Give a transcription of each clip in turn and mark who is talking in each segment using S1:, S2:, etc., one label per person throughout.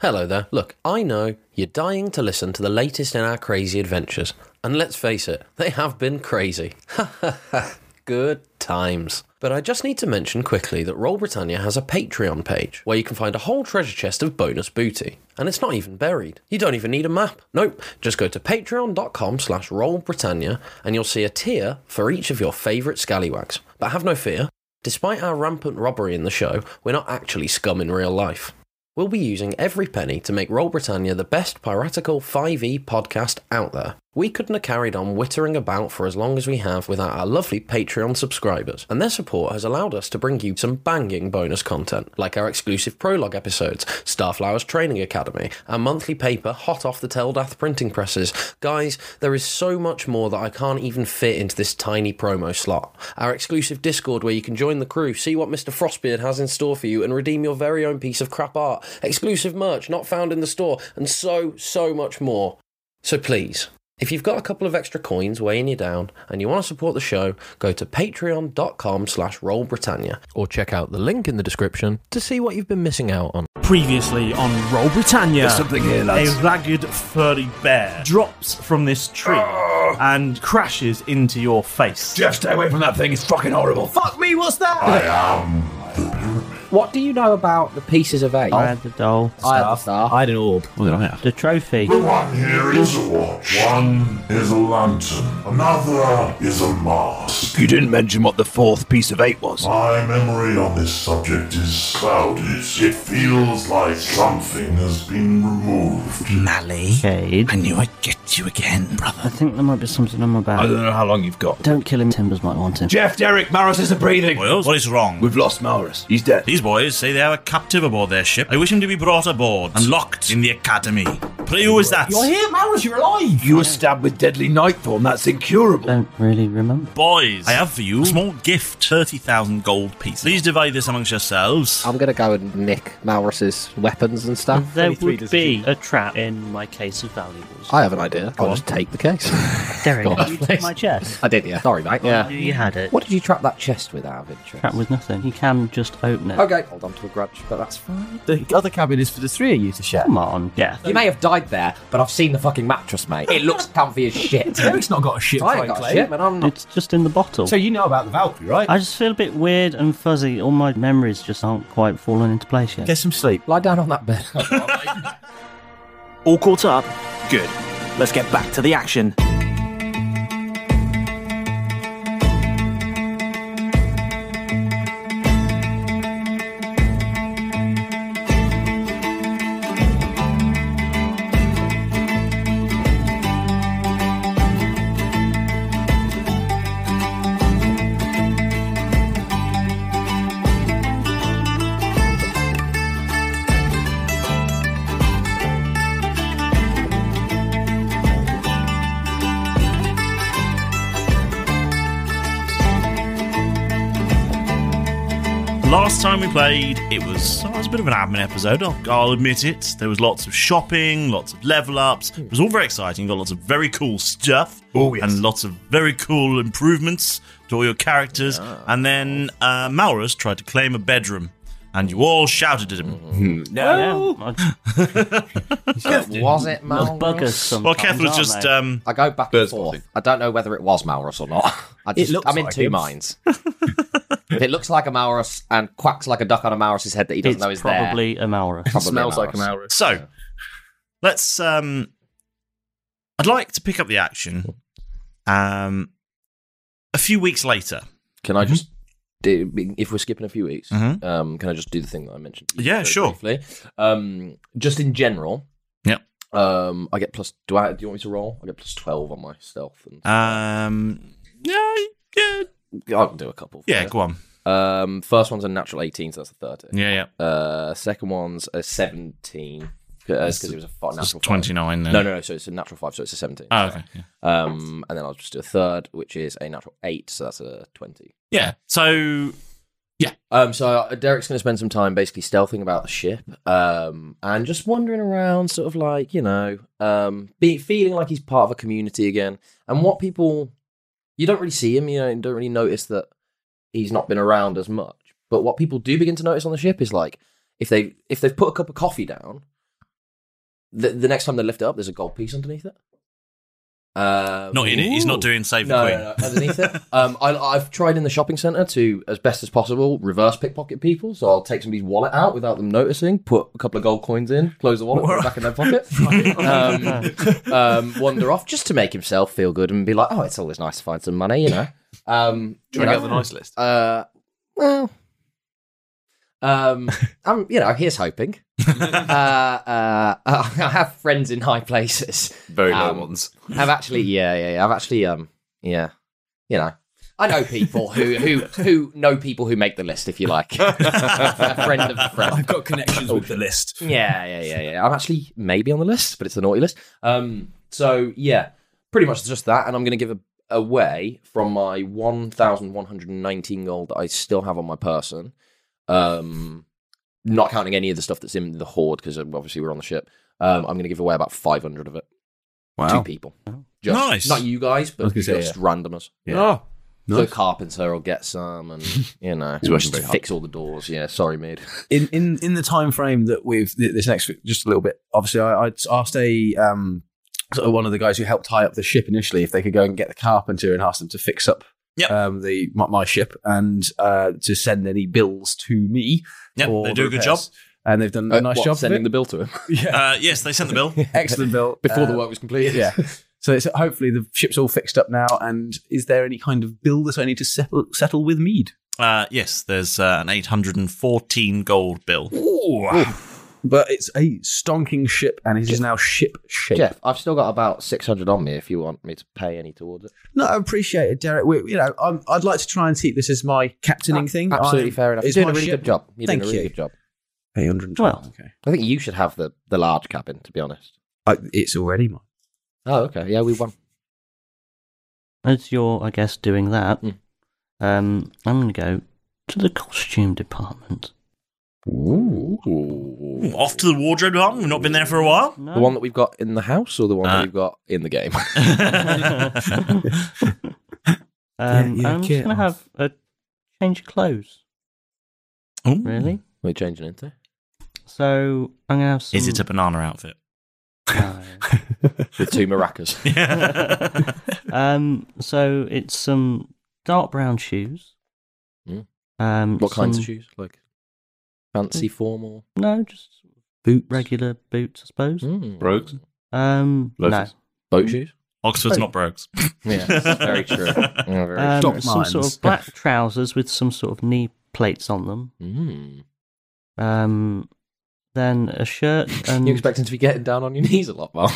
S1: Hello there. Look, I know you're dying to listen to the latest in our crazy adventures. And let's face it, they have been crazy. Good times. But I just need to mention quickly that Roll Britannia has a Patreon page where you can find a whole treasure chest of bonus booty. And it's not even buried. You don't even need a map. Nope. Just go to patreon.com slash rollbritannia and you'll see a tier for each of your favourite scallywags. But have no fear. Despite our rampant robbery in the show, we're not actually scum in real life. We'll be using every penny to make Roll Britannia the best piratical 5e podcast out there. We couldn't have carried on wittering about for as long as we have without our lovely Patreon subscribers, and their support has allowed us to bring you some banging bonus content, like our exclusive prologue episodes, Starflower's Training Academy, our monthly paper hot off the Teldath printing presses. Guys, there is so much more that I can't even fit into this tiny promo slot. Our exclusive Discord where you can join the crew, see what Mr. Frostbeard has in store for you, and redeem your very own piece of crap art, exclusive merch not found in the store, and so, so much more. So please, if you've got a couple of extra coins weighing you down and you want to support the show, go to patreon.com slash rollbritannia or check out the link in the description to see what you've been missing out on.
S2: Previously on Roll Britannia,
S3: There's something here, lads.
S2: a ragged, furry bear drops from this tree and crashes into your face.
S4: Ah. Jeff, stay away from that thing. It's fucking horrible.
S3: Fuck me, what's that?
S1: What do you know about the pieces of eight?
S5: I had the doll,
S1: I have the star.
S2: I had an orb.
S6: What did I have?
S5: the trophy.
S7: The one here is a watch. One is a lantern. Another is a mask.
S4: You didn't mention what the fourth piece of eight was.
S7: My memory on this subject is clouded. It feels like something has been removed.
S2: Mally.
S5: Jade.
S2: I knew I'd get you again,
S5: I
S2: brother.
S5: think there might be something on my
S4: I
S5: back.
S4: don't know how long you've got.
S5: Don't kill him. Timbers might want him.
S4: Jeff, Derek, Maris isn't breathing.
S2: Boys, what is wrong?
S4: We've lost Maris. He's dead.
S2: These boys say they have a captive aboard their ship. I wish him to be brought aboard and locked in the academy. Pray, who is that?
S4: here, Maris. You're alive. You were stabbed with deadly nightthorn. That's incurable.
S5: Don't really remember.
S2: Boys, I have for you a small gift 30,000 gold pieces. Please divide this amongst yourselves.
S1: I'm going to go and nick Malrus's weapons and stuff.
S5: There
S8: 23
S5: would
S8: doesn't
S5: be a trap in my case of valuables.
S1: I have an idea. I'll just take the case.
S5: Derek,
S1: Go on,
S5: did you take my chest?
S1: I did, yeah. Sorry, mate.
S5: I knew you had it.
S1: What did you trap that chest with out of interest?
S5: Trap with nothing. You can just open it.
S9: Okay. Hold on to a grudge, but that's fine. The other cabin is for the three of you to share.
S5: Come on, yeah.
S9: You may have died there, but I've seen the fucking mattress, mate. It looks comfy as shit.
S5: Derek's
S9: not got a
S5: shit
S9: I ain't
S5: fight,
S9: got a
S5: Clay.
S9: shit, man. I'm not.
S5: It's just in the bottle.
S9: So you know about the Valkyrie, right?
S5: I just feel a bit weird and fuzzy. All my memories just aren't quite falling into place yet.
S9: Get some sleep. Lie down on that bed.
S10: All caught up? Good. Let's get back to the action.
S2: Last time we played, it was, oh, it was a bit of an admin episode. I'll, I'll admit it. There was lots of shopping, lots of level ups. It was all very exciting. Got lots of very cool stuff.
S1: Oh, yes.
S2: And lots of very cool improvements to all your characters. And then uh, Maurus tried to claim a bedroom, and you all shouted at him.
S9: No. was it
S2: Those
S9: Malrus?
S2: buggers sometimes, Well, Kefla aren't just, they? um,
S9: I go back and forth. I don't know whether it was Malrus or not. I
S2: It
S9: just,
S2: looks
S9: I'm in
S2: like
S9: two
S2: it.
S9: minds. if it looks like a Malrus and quacks like a duck on a Malrus's head that he doesn't
S5: It's
S9: know is
S5: probably
S9: there,
S5: a Malrus.
S9: probably
S2: So, let's. Um, I'd like to pick up the action. Um, a few weeks later.
S1: Can
S2: Mm-hmm.
S1: I just do, if we're skipping a few weeks,
S2: Mhm.
S1: um, can I just do the thing that I mentioned?
S2: Yeah,
S1: very
S2: sure.
S1: briefly? Um, just in general.
S2: Yep.
S1: Um, I get plus. Do I? Do you want me to roll? I get plus twelve on my stealth. And
S2: um, yeah, yeah.
S1: I can do a couple.
S2: Yeah,
S1: first.
S2: go on.
S1: Um, first one's a natural eighteen, so that's a thirty.
S2: Yeah,
S1: yeah. Uh, second one's a seventeen because
S2: It's-
S1: it was a fi-
S2: it's
S1: natural
S2: 29
S1: Five.
S2: then.
S1: No, no, no. So it's a natural five, so it's a seventeen.
S2: Oh,
S1: sorry.
S2: okay,
S1: Um, and then I'll just do a third, which is a natural eight, so that's a twenty.
S2: Yeah. So yeah.
S1: Um. So uh, Derek's going to spend some time basically stealthing about the ship, um, and just wandering around, sort of like you know, um, be feeling like he's part of a community again. And what people, you don't really see him. You know, you don't really notice that he's not been around as much. But what people do begin to notice on the ship is like if they if they've put a cup of coffee down, the, the next time they lift it up, there's a gold piece underneath it. Um,
S2: Not in it. He's not doing Save the
S1: no,
S2: Queen.
S1: No, no, underneath it. Um, I, I've tried in the shopping centre to, as best as possible, reverse pickpocket people. So I'll take somebody's wallet out without them noticing, put a couple of gold coins in, close the wallet, put it back in their pocket, um, um, wander off just to make himself feel good and be like, oh, it's always nice to find some money, you know. Um,
S11: Do you
S1: you
S11: wanna
S1: know,
S11: go on the nice list?
S1: Uh, well, um, I'm, you know, here's hoping. uh, uh, I have friends in high places.
S11: Very low
S1: Um,
S11: ones.
S1: I've actually, yeah, yeah, yeah. I've actually, um, yeah, you know,
S9: I know people who who
S1: who know people who make the list, if you like. a friend of a friend.
S9: I've got connections with the
S1: list. Yeah, yeah, yeah, yeah. I'm actually maybe on the list, but it's the naughty list. Um, so yeah, pretty much just that. And I'm going to give a, away from my 1,119 gold that I still have on my person. Um, not counting any of the stuff that's in the horde because obviously we're on the ship. Um, I'm going to give away about 500 of it.
S9: Wow.
S1: Two people. Just,
S9: Nice.
S1: Not you guys,
S9: I was
S1: but
S9: gonna
S1: just
S9: say, yeah.
S1: randomers.
S9: Yeah. Oh,
S1: So
S9: nice.
S1: carpenter will get some, and you know,
S9: He's working very hard.
S1: fix all the doors. Yeah, sorry, mate.
S9: in in in the time frame that we've th- this next just a little bit. Obviously, I, I asked a um sort of one of the guys who helped tie up the ship initially if they could go and get the carpenter and ask them to fix up um the my, my ship and uh to send any bills to me.
S2: Yep,
S9: for
S2: they
S9: the
S2: do a good
S9: repairs.
S2: job.
S9: and they've done a
S1: Uh,
S9: nice
S1: what,
S9: job.
S1: sending the
S9: bill to him.
S2: Uh, yes, they sent the bill.
S9: Excellent bill
S2: Before the
S9: Uh,
S2: work was completed.
S9: Yeah. So it's, hopefully the ship's all fixed up now. And is there any kind of bill that I need to settle settle with Mead?
S2: Uh, yes, there's uh, an 814 gold bill.
S9: But it's a stonking ship, and it is now ship shape.
S1: Jeff, I've still got about six hundred on me. If you want me to pay any towards it,
S9: No, I appreciate it, Derek. We, you know, I'm, I'd like to try and see this as my captaining thing.
S1: Ah, absolutely
S9: I'm-
S1: fair enough. You're
S9: it's
S1: doing
S9: my
S1: a really
S9: ship.
S1: good job. You're
S9: Thank
S1: doing a really
S9: you.
S1: good job.
S9: Eight hundred.
S1: Well, okay. I think you should have the the large cabin. To be honest,
S9: I, it's already mine.
S1: Oh, okay. Yeah, we won.
S5: As you're, I guess, doing that,
S2: Hmm.
S5: um, I'm going to go to the costume department.
S1: Ooh.
S2: Ooh, off to the wardrobe department. We've not been there for a while.
S1: The one that we've got in the house, or the one that we've got in the game.
S5: Um,
S1: yeah,
S5: I'm just
S1: get
S5: Um, going to have a change of clothes.
S2: Oh,
S5: really?
S1: We're changing into.
S5: So I'm gonna have some.
S2: Is it a banana outfit?
S1: With two maracas.
S5: um, so it's some dark brown shoes.
S1: Mm.
S5: Um,
S1: What kinds of
S5: some-
S1: shoes? Like fancy formal?
S5: No, just boot regular boots, I suppose.
S1: Brogues?
S5: Um, no.
S1: Loafers? Mm. Boat shoes?
S2: Oxford's
S5: Boat.
S2: not brogues.
S1: Yeah, very true. Yeah, very
S5: Um,
S1: true.
S5: some sort of black trousers with some sort of knee plates on them.
S1: Mm.
S5: Um, then a shirt and
S1: You expecting to be getting down on your knees a lot, Mark?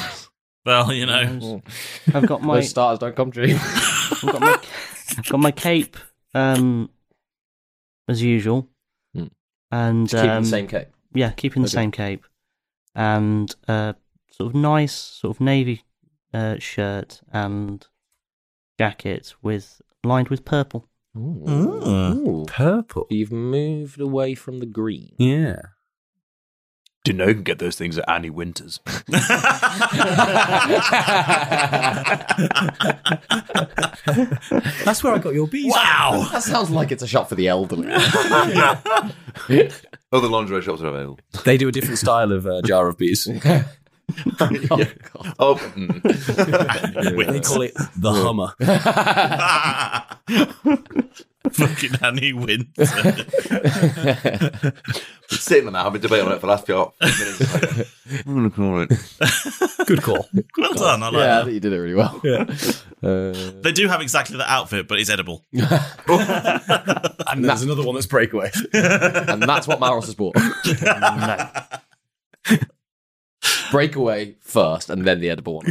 S2: Well, you know.
S5: I've got my
S1: Those stars don't come true.
S5: I've got my I've got my cape um as usual. And
S1: Hmm. Just keeping the
S5: um,
S1: same cape?
S5: Yeah, keeping the
S1: Okay.
S5: same cape. And uh sort of nice sort of navy uh shirt and jacket with lined with purple.
S1: Ooh.
S9: Purple.
S1: You've moved away from the green.
S9: Yeah.
S4: Didn't know you can get those things at Annie Winters.
S9: That's where I got your bees.
S2: Wow.
S1: That sounds like it's a shop for the elderly.
S4: Other lingerie shops are available.
S9: They do a different style of uh, jar of bees. oh,
S4: Oh, mm.
S2: Wait.
S9: they call it the Hummer.
S2: Fucking Annie Winter.
S4: Sitting on that, I've been debating on it for the last few minutes. It's like, I'm going to call it.
S9: Good call.
S2: Well done. I like
S1: yeah, I
S2: that.
S1: think you did it really well.
S9: Yeah.
S1: Uh,
S2: They do have exactly that outfit, but it's edible.
S9: and there's another one that's breakaway.
S1: and that's what Maros has bought. Breakaway first, and then the edible one.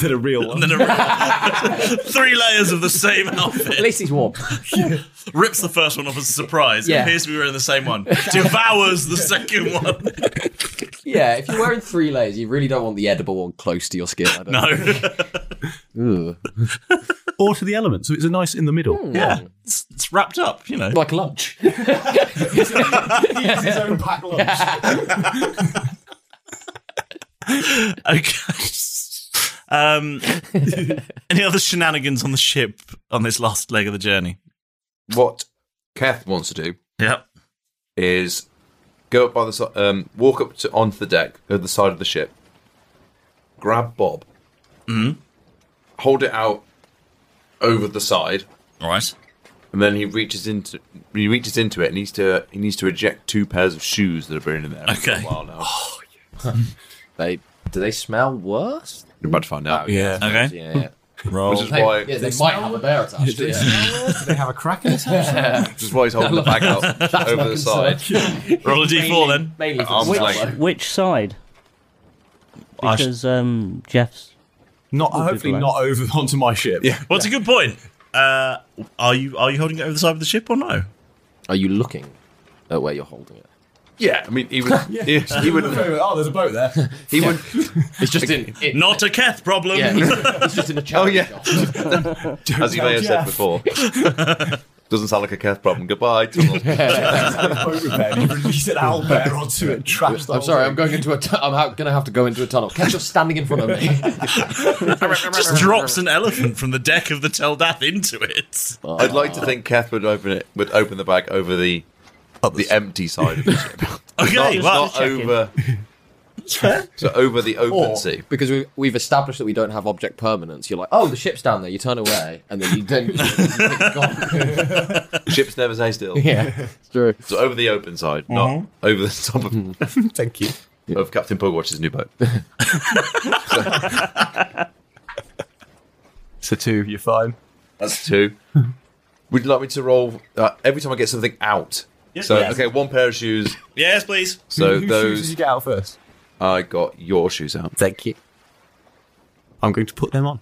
S9: then a real one.
S2: Three layers of the same outfit. At
S1: least he's warm.
S2: Rips the first one off as a surprise.
S1: Yeah.
S2: It appears to be wearing the same one. Devours the second one.
S1: Yeah, if you're wearing three layers, you really don't want the edible one close to your skin. I don't Ugh.
S2: No.
S1: Hmm.
S4: or to the element, so it's a nice in the middle.
S2: Yeah. It's, it's wrapped up, you know.
S1: Like lunch.
S2: his own
S9: pack
S2: okay. Um, any other shenanigans on the ship on this last leg of the journey?
S6: What Kath wants to do
S2: Yep.
S6: is go up by the si- um, walk up to onto the deck at the side of the ship, grab Bob,
S2: Mm-hmm.
S6: hold it out over the side,
S2: right,
S6: and then he reaches into he reaches into it and needs to he needs to eject two pairs of shoes that have been in there for a
S2: Okay.
S6: while now.
S1: they do they smell worse?
S6: You're about to find out.
S9: Yeah.
S2: Okay.
S1: Yeah. Oh, yeah.
S2: Roll.
S6: Which is why
S1: Yeah, they might have a bear attached.
S6: Do they
S9: they have a crack in
S6: which is why he's holding the bag out over the side.
S2: Roll a d4 then.
S1: Mainly
S6: Arms
S5: Which,
S6: length.
S5: which side?
S2: I sh-
S5: Because um Jeff's
S9: Not
S5: Would be
S9: hopefully
S5: below.
S9: not over onto my ship. Yeah.
S2: What's a good point? Uh, are you are you holding it over the side of the ship or no?
S1: Are you looking at where you're holding it?
S6: Yeah, I mean he would he, he would
S9: oh, there's a boat there.
S6: he would
S1: It's just in.
S2: Not a Keth problem.
S1: yeah, it's, it's just in a
S6: Oh
S1: challenge.
S6: yeah. As you may have
S9: Jeff.
S6: said before. Doesn't sound like a Keth problem. Goodbye.
S9: boat repair. You release an owl bear onto it. Trash.
S1: I'm sorry. I'm going into a. Tu- I'm ha- going to have to go into a tunnel. Catch just standing in front of me.
S2: Just drops an elephant from the deck of the Teldath into it.
S6: I'd like to think Keth would open it would open the bag over the the empty side of the ship.
S2: Okay,
S6: not,
S2: well-
S6: not over so over the open
S1: Or,
S6: sea.
S1: because we, we've established that we don't have object permanence, you're like, oh, the ship's down there. You turn away, and then you then.
S6: Ships never stay still.
S1: Yeah, it's true.
S6: So over the open side, not
S2: Mm-hmm.
S1: Mhm.
S6: over the top of
S9: Thank you.
S6: Of Captain Pugwatch's new boat.
S9: So two, you're fine.
S6: That's two. Would you like me to roll uh, every time I get something out?
S2: Yes,
S6: so
S2: yes.
S6: okay, one pair of shoes.
S2: Yes, please.
S6: So
S9: Who- whose
S6: those
S9: shoes did you get out first?
S6: I got your shoes out.
S1: Thank you.
S9: I'm going to put them on.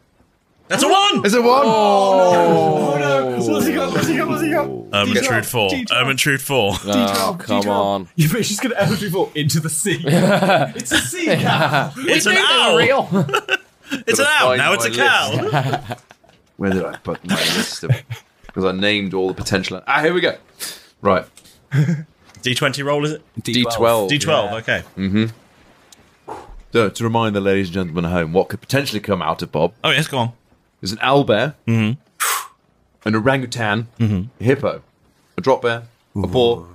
S2: That's a one.
S6: Is it one?
S2: Oh,
S9: What's he got? What's he got? What's he got?
S2: Ermintrude
S9: D12,
S2: Um, four.
S9: D12.
S2: Ermintrude four.
S6: Oh,
S9: D12, D12. You bitch, she's going to elevate people into the sea. it's a sea cow.
S2: It's an owl. It's an
S6: Gotta
S2: owl.
S6: find
S2: Now it's
S6: my
S2: a cow.
S6: Where did I put my list of? Because I named all the potential. Ah, here we go. Right,
S2: D20 roll is it?
S6: D12.
S2: D12.
S6: Yeah.
S2: Okay.
S6: Mm-hmm. So, to remind the ladies and gentlemen at home, what could potentially come out of Bob?
S2: Oh yes, go on.
S6: There's an owlbear,
S2: mm-hmm.
S6: an orangutan, a hippo, a drop bear, a boar,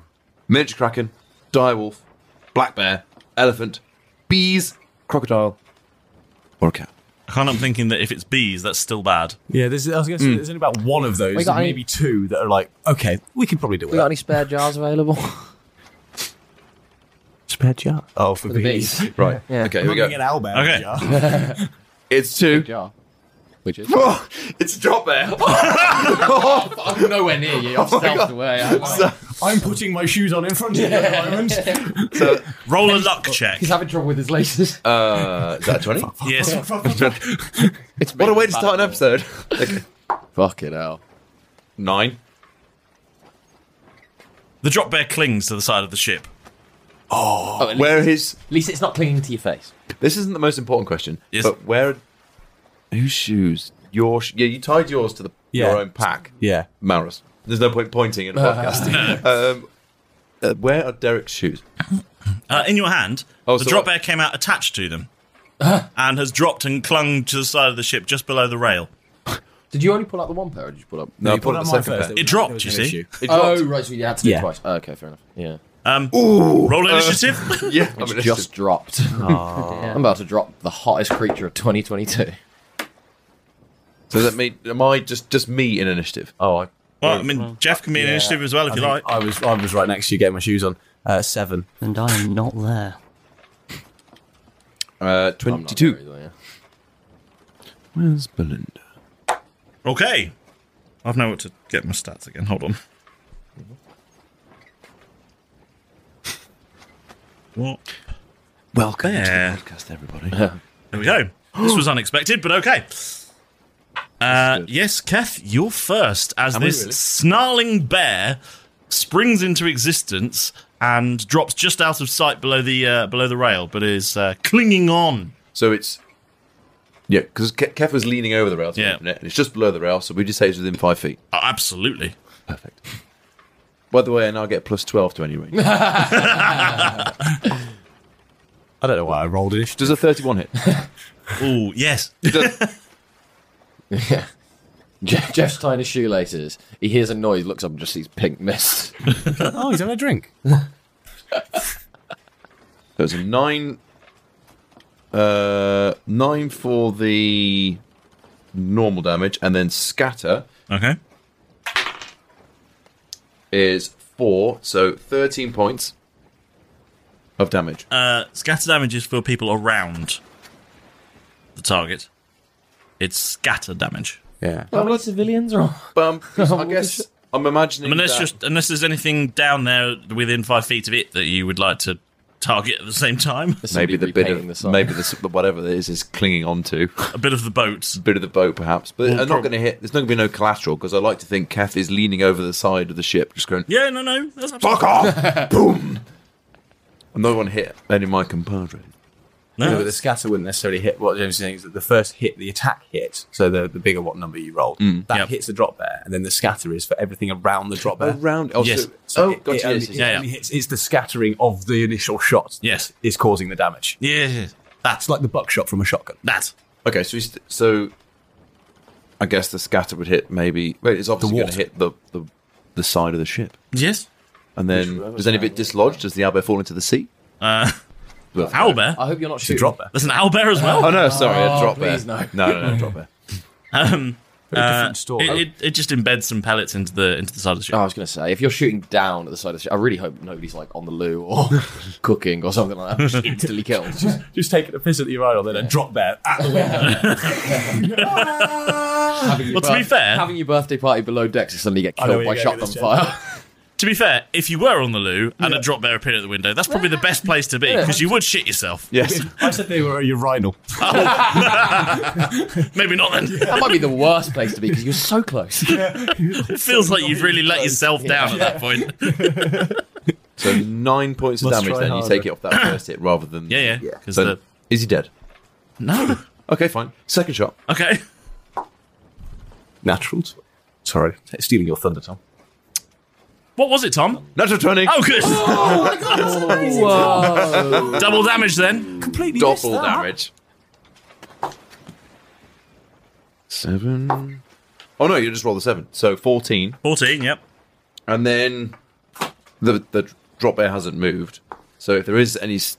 S6: miniature kraken, direwolf, black bear, elephant, bees, crocodile, or a cat.
S2: I can't help thinking that if it's bees, that's still bad.
S12: Yeah, there's, I was going to say,
S6: Hmm.
S2: Mm.
S12: there's only about one of those,
S13: We got
S12: and
S13: any-
S12: maybe two that are like, okay, we can probably do
S13: We
S12: it.
S13: got any spare jars available?
S12: Spare jar. Oh, for,
S13: For the
S12: bees.
S13: bees.
S6: Right.
S13: Yeah.
S6: Okay,
S12: I'm
S6: here we go.
S12: having an owlbear Okay. jar.
S6: it's two.
S1: Which is?
S6: it's a drop bear.
S1: I'm nowhere near you.
S6: Oh
S1: I've stealthed away. I-
S12: I'm putting my shoes on in front of you at the moment.
S6: So,
S2: roll a luck check.
S1: He's having trouble with his laces.
S6: Uh, is that 20?
S2: yes.
S6: what a way to start an episode. okay.
S1: Fuck it out.
S6: Nine.
S2: The drop bear clings to the side of the ship.
S6: Oh,
S2: at least-
S6: where his? At
S13: least it's not clinging to your face.
S6: This isn't the most important question. But where? Whose shoes? Your? Sh- yeah, you tied yours to the
S12: Yeah.
S6: your own pack.
S12: Yeah.
S6: Maurus. There's no point pointing in a podcast. um, uh, where are Derek's shoes?
S2: Uh, in your hand,
S6: Oh,
S2: the
S6: so
S2: drop
S6: what-
S2: bear came out attached to them
S6: Uh-huh.
S2: and has dropped and clung to the side of the ship just below the rail.
S1: Did you only pull out the one pair or did you pull up?
S2: No, I pulled out mine first. It
S1: It
S2: dropped,
S1: dropped,
S2: you
S1: you
S2: see?
S1: see.
S2: It
S1: Oh,
S2: dropped.
S1: right, so you had to do
S2: Yeah.
S1: it twice. Oh, okay, fair enough.
S13: Yeah.
S2: Um,
S1: Ooh,
S2: roll
S1: uh,
S2: initiative.
S6: yeah,
S1: Which just dropped. I'm about to drop the hottest creature of 2022.
S6: So does that mean am I just just me in initiative?
S12: Oh, I.
S2: Well, I mean, Jeff can be in initiative as well if
S12: I
S2: you
S12: think
S2: like.
S12: I was, I was right next to you getting my shoes on. Uh, seven.
S5: And I am not there.
S6: Uh, twenty-two. Where's Belinda?
S2: Okay. I've now got to get my stats again. Hold on. What?
S6: Welcome
S2: there.
S6: to the podcast, everybody.
S2: There we go. This was unexpected, but okay. Uh, yes, Keth, you're first as
S6: Am I
S2: this
S6: really?
S2: snarling bear springs into existence and drops just out of sight below the uh, below the rail, but is uh, clinging on.
S6: So it's Yeah, because Ke- Kev was leaning over the rail to open it, and it's just below the rail, so we just say it's within five feet.
S2: absolutely.
S6: Perfect. By the way, I now get plus 12 to any range.
S12: I don't know why I rolled it.
S6: Does a 31 hit?
S2: oh, yes.
S1: Yeah. Jeff, Jeff's tying his shoelaces. He hears a noise, looks up and just sees pink mist.
S12: oh, he's having a drink.
S6: So it's a 9. Uh, 9 for the normal damage, and then scatter
S2: Okay.
S6: is 4, so 13 points of damage.
S2: Uh, scatter damage is for people around the target. It's scatter damage.
S6: Yeah.
S13: How many civilians are?
S6: Um, I guess I'm imagining.
S2: Unless
S6: that-
S2: just unless there's anything down there within five feet of it that you would like to target at the same time.
S6: Maybe the bit of maybe the, s- the whatever it is is clinging on to
S2: a bit of the boat,
S6: bit of the boat perhaps. But
S2: Well,
S6: I'm not
S2: prob-
S6: going to hit. There's not going to be no collateral because I like to think Kath is leaning over the side of the ship, just going.
S2: Yeah, no, no. That's
S6: Fuck off! Boom! I'm not going to hit any of my compadres.
S2: No.
S12: but the scatter wouldn't necessarily hit. What James is saying is that the first hit, the attack hit, so the, the bigger what number you rolled,
S6: Mm.
S12: that hits the drop bear, and then the scatter is for everything around the drop bear.
S6: Around- oh,
S12: yes.
S6: so-
S12: So
S6: oh,
S12: it,
S6: gotcha,
S12: it only-
S6: yes, yes,
S12: it
S6: yeah,
S12: only
S6: yeah.
S12: hits- it's the scattering of the initial shot.
S2: Yes,
S12: is causing the damage.
S2: Yeah, that's
S12: like the buckshot from a shotgun.
S2: That.
S6: Okay, so he's st- so I guess the scatter would hit maybe. Wait, it's obviously going to
S12: water.
S6: hit the, the the side of the ship.
S2: Yes.
S6: And then does any of it dislodge? Does the owlbear fall into the sea?
S2: Uh, owlbear.
S1: I hope you're not
S6: a
S1: shooting.
S6: drop bear.
S2: There's an owlbear as well.
S6: Oh no, sorry, a
S2: Oh,
S6: drop
S2: please,
S6: bear.
S2: no.
S6: no, no, no drop bear.
S2: Um,
S6: Very
S2: uh,
S6: different story.
S2: It, it, it just embeds some pellets into the into the side of the ship.
S1: Oh, I was going to say, if you're shooting down at the side of the ship, I really hope nobody's like on the loo or cooking or something like that. Just instantly killed.
S12: Just, just taking a piss at the urinal, then a drop bear at the window.
S1: Having your
S2: Well, to be
S1: birth-
S2: fair-
S1: having your birthday party below decks and suddenly get
S2: I know
S1: killed
S2: where
S1: by
S2: you're going
S1: shotgun
S2: with this,
S1: fire.
S2: To be fair, if you were on the loo and a drop bear appeared at the window, that's probably the best place to be because you would shit yourself.
S12: I said they were a urinal.
S2: Maybe not then.
S1: that might be the worst place to be because you're so close.
S2: it feels like you've really let yourself down at that point.
S6: So nine points of
S2: Must
S6: damage.
S2: try
S6: Then you
S2: harder.
S6: take it off that first hit rather than
S2: Yeah, yeah, 'cause
S6: Then
S2: the-
S6: is he dead?
S2: No.
S6: Okay, fine. Second shot.
S2: Okay.
S12: Natural. tw- Sorry, stealing your thunder, Tom.
S2: What was it, Tom?
S6: Natural 20.
S2: Oh, good.
S12: Oh my god, that's amazing.
S6: Whoa.
S2: Double damage then.
S12: Completely
S6: Double
S12: missed that.
S6: damage. Seven. Oh no, you just roll the seven. So fourteen.
S2: Fourteen. Yep.
S6: And then the the drop air hasn't moved. So if there is any s-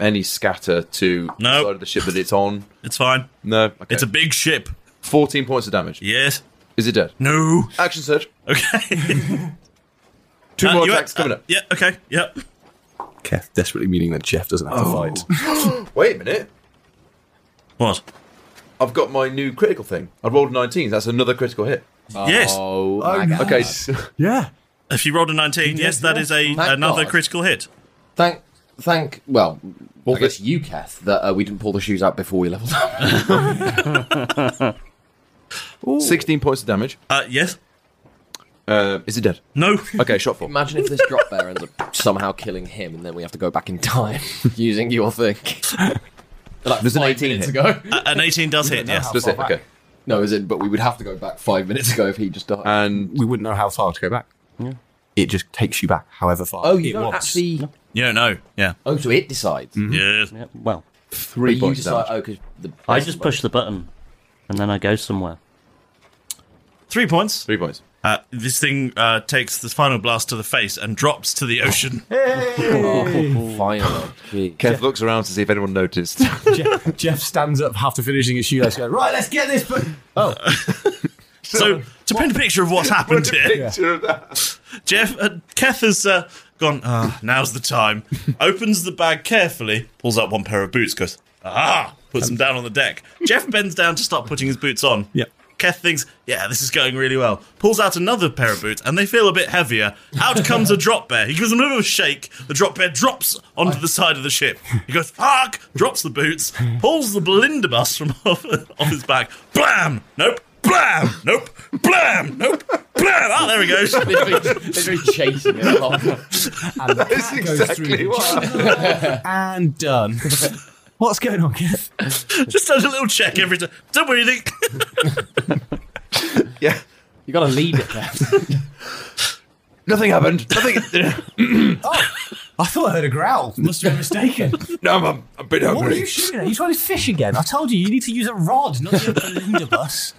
S6: any scatter to the side of the ship that it's on,
S2: it's fine.
S6: No, okay.
S2: It's a big ship.
S6: Fourteen points of damage.
S2: Yes.
S6: Is it dead?
S2: No.
S6: Action surge.
S2: Okay.
S6: Two
S2: Uh,
S6: more
S2: you-
S6: attacks coming up.
S2: Yeah. Okay. Yep.
S9: Keth desperately meaning that Jeff doesn't have
S6: Oh.
S9: to fight.
S6: Wait a minute.
S2: What?
S6: I've got my new critical thing. I rolled a 19. That's another critical hit.
S2: Yes. Oh, my God.
S6: okay. s-
S2: Yeah. If you rolled a 19, yes, that is a
S1: Thank
S2: another
S1: God.
S2: critical hit.
S1: Thank, thank. Well, I guess you, Keth, that uh, we didn't pull the shoes out before we leveled up.
S6: 16 points of damage.
S2: Uh, yes.
S6: Uh, is he dead?
S2: No.
S6: Okay, shot for.
S1: Imagine if this drop bear ends up somehow killing him, and then we have to go back in time using your thing. like
S6: There's an
S1: five
S6: 18
S1: minutes
S6: hit.
S1: ago.
S2: Uh, an 18 does hit. Yes.
S6: Does it? Okay.
S1: No, as in, but we would have to go back five minutes ago if he just died.
S6: And
S9: we wouldn't know how far to go back.
S1: Yeah.
S9: It just takes you back however far.
S1: Oh, you
S9: it
S1: don't
S9: was.
S1: actually.
S2: You don't know. Yeah.
S1: Oh, so it decides.
S2: Yes.
S5: well,
S1: Three But you points decide- damage. oh, 'cause the
S5: I
S1: person
S5: just push the button, and then I go somewhere.
S2: Three points.
S6: Three points.
S2: Uh, this thing uh, takes the final blast to the face and drops to the ocean.
S6: Oh,
S1: finally.
S6: Kev looks around to see if anyone noticed.
S9: Jeff, Jeff stands up after finishing his shoelace, going, "Right, let's get this." But oh,
S2: So, to paint a picture of what's happened
S9: Paint a
S2: here,
S9: picture
S2: Jeff, uh, Keth has uh, gone, ah, now's the time. Opens the bag carefully, pulls out one pair of boots, goes, ah, puts them down on the deck. Jeff bends down to start putting his boots on. Yep. Keth thinks, yeah, this is going really well. Pulls out another pair of boots, and they feel a bit heavier. Out comes a drop bear. He gives them a little shake. The drop bear drops onto the side of the ship. He goes, fuck, drops the boots, pulls the blunderbuss from off, off his back. Blam! Nope. Blam! Nope. Blam! Nope. Blam! Ah, there he goes.
S1: Literally chasing it along.
S9: and the cat goes through the- and done. What's going on, Keith?
S2: Just does a little check every time. Don't worry, Nick.
S6: yeah.
S1: You gotta lead it there.
S6: Nothing happened. Nothing.
S9: Oh,
S14: I thought I heard a growl. Must have been mistaken.
S6: no, I'm, I'm a bit
S14: What are
S6: hungry.
S14: you shooting at? You trying to fish again? I told you, you need to use a rod, not your Belinda bus.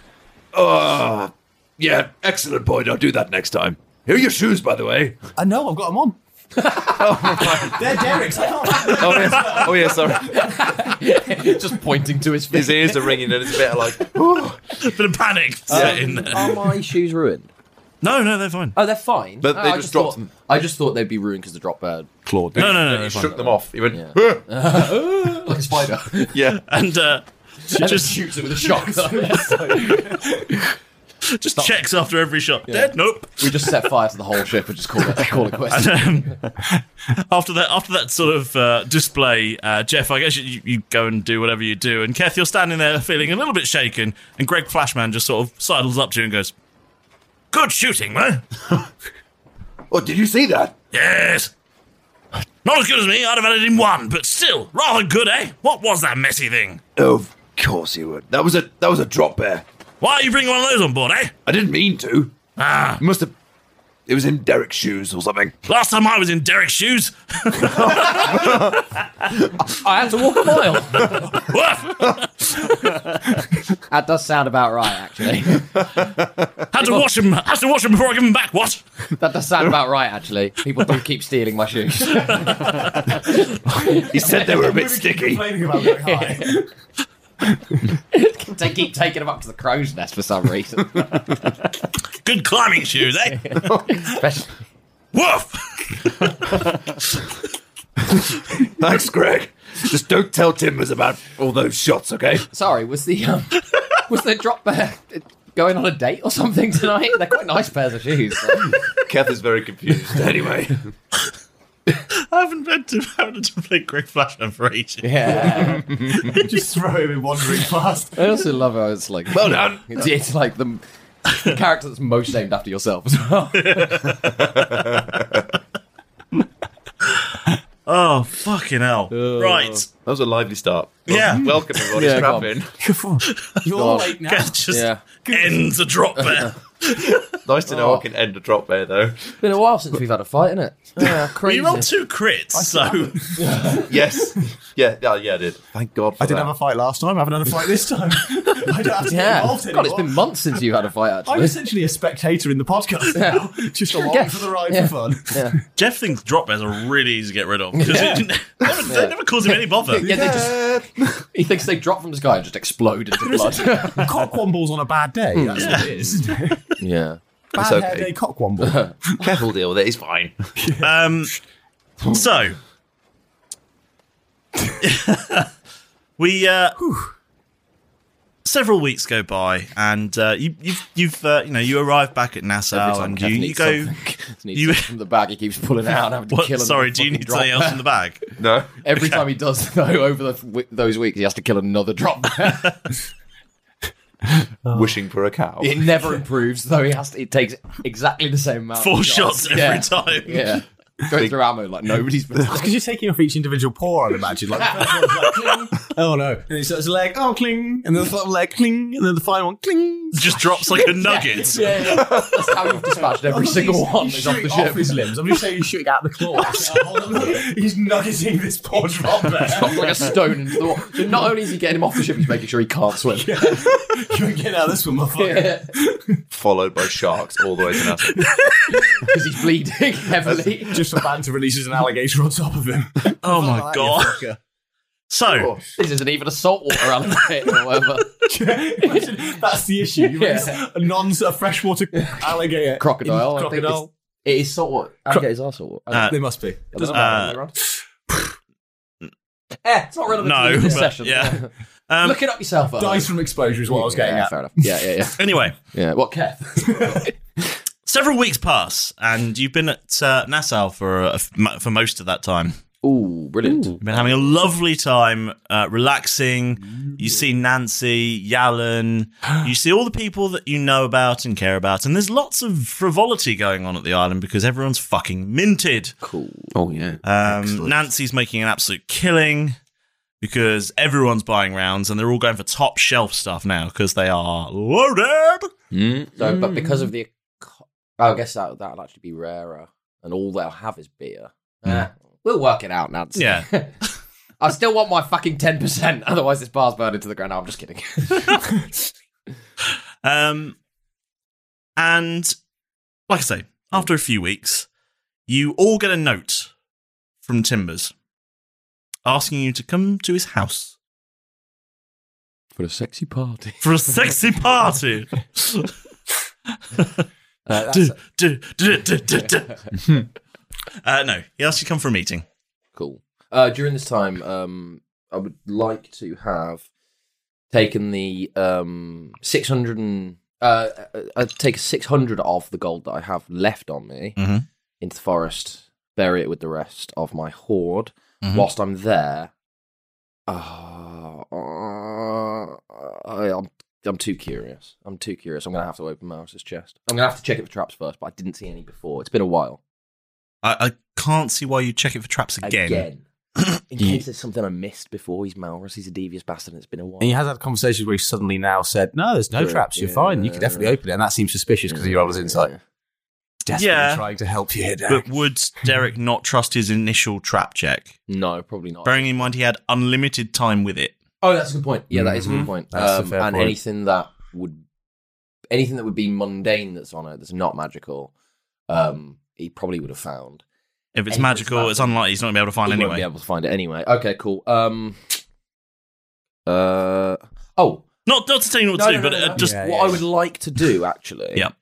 S6: Oh, yeah, excellent point. I'll do that next time. Here are your shoes, by the way.
S14: I know, I've got them on. They're Derek's. I can't
S6: Oh, yeah, oh, yeah sorry.
S1: Just pointing to his feet.
S6: His ears are ringing and it's a bit like,
S2: bit of panic set in there.
S1: Um, Are my shoes ruined?
S2: No, no, they're fine.
S1: Oh, they're fine.
S6: But
S1: Oh,
S6: they
S1: I
S6: just
S1: thought-
S6: dropped them.
S1: I just thought they'd be ruined because the drop bird
S9: clawed
S2: No, no, no,
S6: He
S2: it's fine.
S6: shook them off. He went,
S1: "Oh." like a spider.
S6: yeah.
S2: and uh,
S1: just shoots it with a shotgun.
S2: just checks after every shot. Dead? Nope.
S1: we just set fire to the whole ship and just call it call it quits.
S2: And, um, after that, after that sort of uh, display, uh, Jeff, I guess you, you go and do whatever you do. And Keth, you're standing there feeling a little bit shaken, and Greg Flashman just sort of sidles up to you and goes, "Good shooting, man.
S6: oh, did you see that?
S2: Yes. Not as good as me. I'd have had it in one, but still rather good, eh? What was that messy thing?
S6: Of course he would. That was a that was a drop bear.
S2: Why are you bringing one of those on board, eh?
S6: I didn't mean to.
S2: Ah,
S6: It must have. It was in Derek's shoes or something.
S2: last time I was in Derek's shoes,
S1: I had to walk a mile. that does sound about right, actually.
S2: had to wash him. Had to wash him before I give him back. What?
S1: That does sound about right, actually. People do keep stealing my shoes.
S6: He said they were a bit sticky.
S14: Complaining about going high.
S1: they keep taking them up to the crow's nest for some reason.
S2: Good climbing shoes, eh?
S1: Especially
S2: Woof!
S6: Thanks, Greg. Just don't tell Timbers about all those shots, okay?
S1: Sorry, was the um, was the drop bear going on a date or something tonight? They're quite nice pairs of shoes.
S6: Kath is very confused. Anyway,
S2: I haven't been to having to play Greg Flashman for ages.
S1: Yeah.
S14: Just throw him in wandering past.
S1: I also love how it's like
S6: Well done.
S1: It's, it's like the, the character that's most named after yourself as well.
S2: Oh fucking hell! right.
S6: that was a lively start.
S2: Yeah.
S6: welcome everybody.
S1: Yeah,
S6: Strap
S1: go on.
S6: in.
S14: You're
S1: God.
S14: late now.
S2: Kath just
S1: Yeah.
S2: ends a drop there.
S6: nice to know I can end a drop there, though.
S1: It's Oh. been a while since we've had a fight, isn't it? Yeah,
S2: Well,
S1: crazy.
S2: you rolled two crits, so
S6: yes, yeah, yeah, yeah, I did. Thank God. For
S1: I didn't
S6: that.
S1: have
S9: a fight last time. I have another fight this time. I don't have to get
S1: Yeah.
S9: involved
S1: God, it's
S9: anymore.
S1: been months since you had a fight. Actually,
S9: I'm essentially a spectator in the podcast now, just along
S1: Yes.
S9: for the ride
S1: Yeah.
S9: for fun.
S2: Jeff thinks drop bears are really easy to get rid of because
S1: Yeah.
S2: it, never, they never cause him any bother.
S1: Yeah, they just, he thinks they drop from the sky and just explode into blood.
S9: cockwombles on a bad day.
S1: Mm.
S9: That's
S2: Yeah.
S9: what it is.
S1: yeah.
S9: Bad hair day cockwomble.
S6: Careful deal with it. It's fine.
S2: Um, so we uh, several weeks go by, and uh, you, you've you've uh, you know you arrive back at Nassau, and you,
S1: Kev
S2: you
S1: needs
S2: go.
S1: something. Needs
S2: you-
S1: something from the bag he keeps pulling out. And having to
S2: What?
S1: kill
S2: Sorry, do you need something else in the bag?
S6: No.
S1: Every time he does though, over the, wi- those weeks, he has to kill another drop. Oh.
S6: Wishing for a cow.
S1: it never improves though. He has to, it takes exactly the same amount.
S2: Four
S1: of
S2: shots every
S1: Yeah.
S2: time.
S1: Yeah, going through ammo like nobody's. Been
S9: because you're taking off each individual paw, I'd imagine. Like, the first one's like cling. Oh no! And then it starts leg, oh cling, and then the final leg, cling, and then the final one, cling.
S2: Just drops like a nugget.
S1: Yeah, yeah. That's how you've dispatched every single one that's off the ship.
S9: his limbs. I'm just saying he's shooting out the claws. he's nuggeting this poor drop there.
S1: Dropped like a stone into the water. So not only is he getting him off the ship, he's making sure he can't swim.
S9: You're getting out of this one, motherfucker.
S6: Followed by sharks all the way to Nassau.
S1: Because he's bleeding heavily.
S9: Just a banter releases an alligator on top of him.
S2: Oh my God. So
S1: this isn't even a saltwater alligator or whatever.
S9: That's the issue. You raise a non a freshwater alligator.
S1: Crocodile.
S9: In-
S1: I think
S9: crocodile.
S1: It is saltwater. Alligators are saltwater.
S2: Uh,
S9: they must be.
S1: I don't know.
S2: uh,
S1: Eh, it's not relevant
S2: No,
S1: to this
S2: but,
S1: session.
S2: yeah. Um,
S1: Look it up yourself. Owen.
S9: Dies from exposure is what I was getting
S1: yeah,
S9: at.
S1: Fair enough. Yeah, yeah, yeah.
S2: anyway,
S1: Yeah, what care?
S2: several weeks pass, and you've been at uh, Nassau for uh, for most of that time.
S1: Ooh, brilliant.
S2: You've been having a lovely time, uh,
S1: Mm-hmm.
S2: relaxing. You see Nancy, Yalen. You see all the people that you know about and care about, and there's lots of frivolity going on at the island because everyone's fucking minted.
S1: Cool.
S15: Oh yeah.
S2: Um, Nancy's making an absolute killing because everyone's buying rounds and they're all going for top shelf stuff now because they are loaded.
S15: Mm.
S1: No, but
S2: Mm.
S1: because of the, eco- I guess that that'll actually be rarer, and all they'll have is beer. Eh, we'll work it out, Nancy.
S2: Yeah.
S1: I still want my fucking ten percent. Otherwise, this bar's burning to the ground. No, I'm just kidding.
S2: Um, and like I say, after a few weeks, you all get a note from Timbers asking you to come to his house
S1: For a sexy party.
S2: for a sexy party.
S1: Uh,
S2: Du-
S1: that's-
S2: du- du- du- du- du. Uh, no, he asked you to come for a meeting.
S1: Cool. Uh, during this time, um, I would like to have taken the um, 600 and. Uh, uh, uh, take 600 of the gold that I have left on me
S2: Mhm.
S1: into the forest, bury it with the rest of my hoard.
S2: Mhm.
S1: Whilst I'm there, uh, uh, I, I'm, I'm too curious. I'm too curious. I'm going to have to open Mouse's chest. I'm going to have to check it for traps first, but I didn't see any before. It's been a while.
S2: I, I can't see why you check it for traps again.
S1: In case there's something I missed before, he's Malrus. He's a devious bastard, and it's been a while.
S16: And he has had conversations where he suddenly now said, "No, there's no
S1: Yeah,
S16: traps. You're
S1: yeah,
S16: fine. You can definitely open it." And that seems suspicious because of your other's insight. Desperately
S2: Yeah.
S16: trying to help you here, Derek.
S2: But would Derek not trust his initial trap check?
S1: No, probably not.
S2: Bearing in mind he had unlimited time with it.
S1: Oh, that's a good point. Yeah, that is a
S16: Mhm.
S1: good point.
S16: That's a
S1: Um,
S16: fair
S1: and
S16: point.
S1: anything that would, anything that would be mundane that's on it that's not magical, um, he probably would have found.
S2: If it's
S1: Anything that's
S2: magical, it's
S1: magical.
S2: unlikely he's not going to be able to find
S1: he
S2: anyway.
S1: won't be able to find it anyway. Okay, cool. Um, uh, oh,
S2: Not not to tell you what to do, but uh, just
S1: what I would like to do actually.
S2: Yep.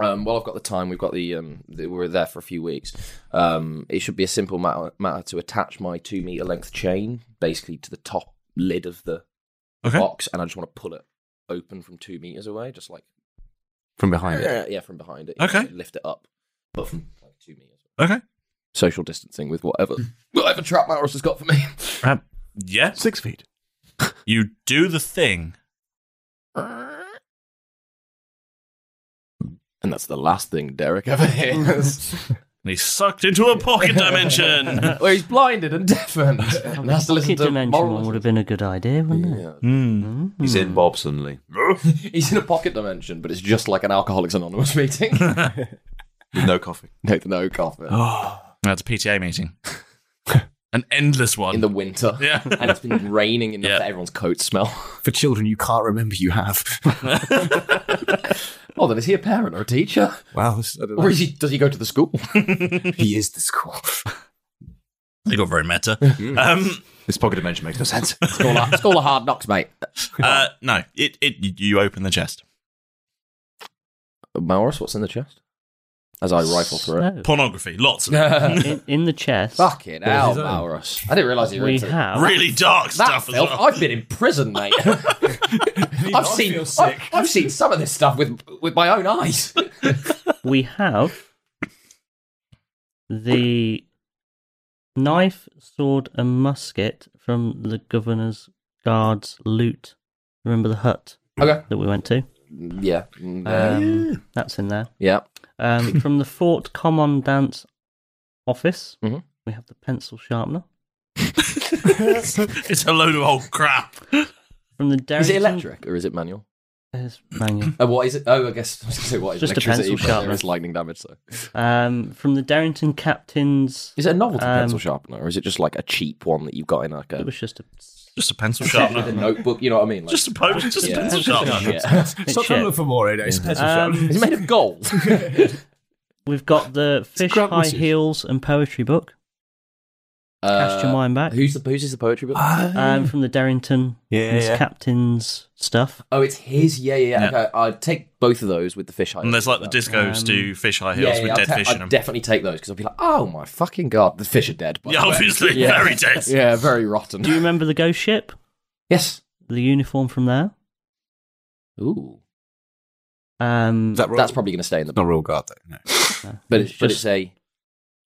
S1: Um, well, I've got the time. We've got the um, the we're there for a few weeks. Um, it should be a simple matter, matter to attach my two meter length chain basically to the top lid of the
S2: Okay.
S1: box, and I just want to pull it open from two meters away, just like
S16: From behind it.
S1: yeah, from behind it. you
S2: Okay.
S1: know, lift it up, but from like two meters.
S2: Okay.
S1: Social distancing with whatever whatever trap Maurus has got for me.
S2: Um, yeah. Six feet. You do the thing.
S1: And that's the last thing Derek ever hears.
S2: And he's sucked into a pocket dimension.
S1: where he's blinded and deafened and has to listen
S5: Pocket
S1: to
S5: dimension
S1: moral.
S5: one would have been a good idea, wouldn't it?
S2: Hmm.
S5: Hmm.
S6: He's in Bob suddenly.
S1: he's in a pocket dimension, but it's just like an Alcoholics Anonymous meeting.
S6: With no coffee.
S1: No, no coffee.
S2: Oh, that's a PTA meeting. An endless one.
S1: In the winter.
S2: Yeah.
S1: and it's been raining enough that everyone's coats smell.
S14: For children you can't remember you have.
S1: Oh, then is he a parent or a teacher?
S14: Wow. this- I don't know.
S1: Or is he, does he go to the school?
S14: he is the school.
S2: They got very meta.
S16: Mm.
S2: Um,
S6: this pocket dimension makes no sense.
S1: School of, school of hard knocks, mate.
S2: uh, no, it, it you open the chest.
S1: Maurus, what's in the chest? As I rifle through it.
S2: Pornography, lots of it.
S5: in, in the chest.
S1: Fucking hell, Maurus. I didn't realise you were
S5: We
S1: into
S5: have-
S2: Really dark
S1: that
S2: stuff as
S1: filth,
S2: well.
S1: I've been in prison, mate. I've seen I've, I've seen some of this stuff with with my own eyes.
S5: we have the knife, sword, and musket from the governor's guards' loot. Remember the hut
S1: Okay.
S5: that we went to?
S1: Yeah. Mm,
S5: Um, That's in there.
S1: Yeah.
S5: Um, from the fort commandant's office,
S1: Mhm.
S5: we have the pencil sharpener.
S2: it's a load of old crap.
S5: From the
S1: Is it
S5: Darrington,
S1: electric or is it manual?
S5: It's manual.
S1: Uh, what is it? Oh, I guess I was going to say what is
S5: Just a
S1: electricity,
S5: pencil
S1: but there
S5: sharpener.
S1: is lightning damage. So
S5: Um, from the Darrington captain's.
S1: is it a novelty
S5: um,
S1: pencil sharpener or is it just like a cheap one that you've got in like a?
S5: It was just a
S2: Just a pencil
S1: with
S2: sharpener.
S1: a notebook. You know what I mean? Like,
S2: Just a po- just a pencil sharpener.
S1: Yeah.
S14: Stop trying to look for more, eh? It's pencil
S5: Um,
S14: sharp.
S1: It's made of gold.
S5: We've got the fish
S14: Grant
S5: high
S14: Wilson.
S5: heels and poetry book. Cast your mind back.
S1: Uh, Who's the who's is the poetry book?
S5: Um, from the Darrington
S1: Ah. Yeah,
S5: his
S1: yeah.
S5: captain's stuff.
S1: Oh, it's his. Yeah, yeah, yeah.
S5: Yeah.
S1: Okay, I'd take both of those with the fish high.
S2: And there's like the discos
S5: Um,
S2: do fish high heels with
S1: I'd
S2: dead
S1: ta-
S2: fish
S1: I'd
S2: in them.
S1: definitely take those because I'd be like, oh my fucking god, the fish are dead. by
S2: Yeah,
S1: the way.
S2: obviously,
S1: Yeah.
S2: very dead.
S1: Yeah, very rotten.
S5: Do you remember the ghost ship?
S1: Yes.
S5: The uniform from there.
S1: Ooh.
S5: Um,
S1: That's probably going to stay in the
S14: Not real guard though. No.
S1: But it's, but
S5: just-
S1: it's a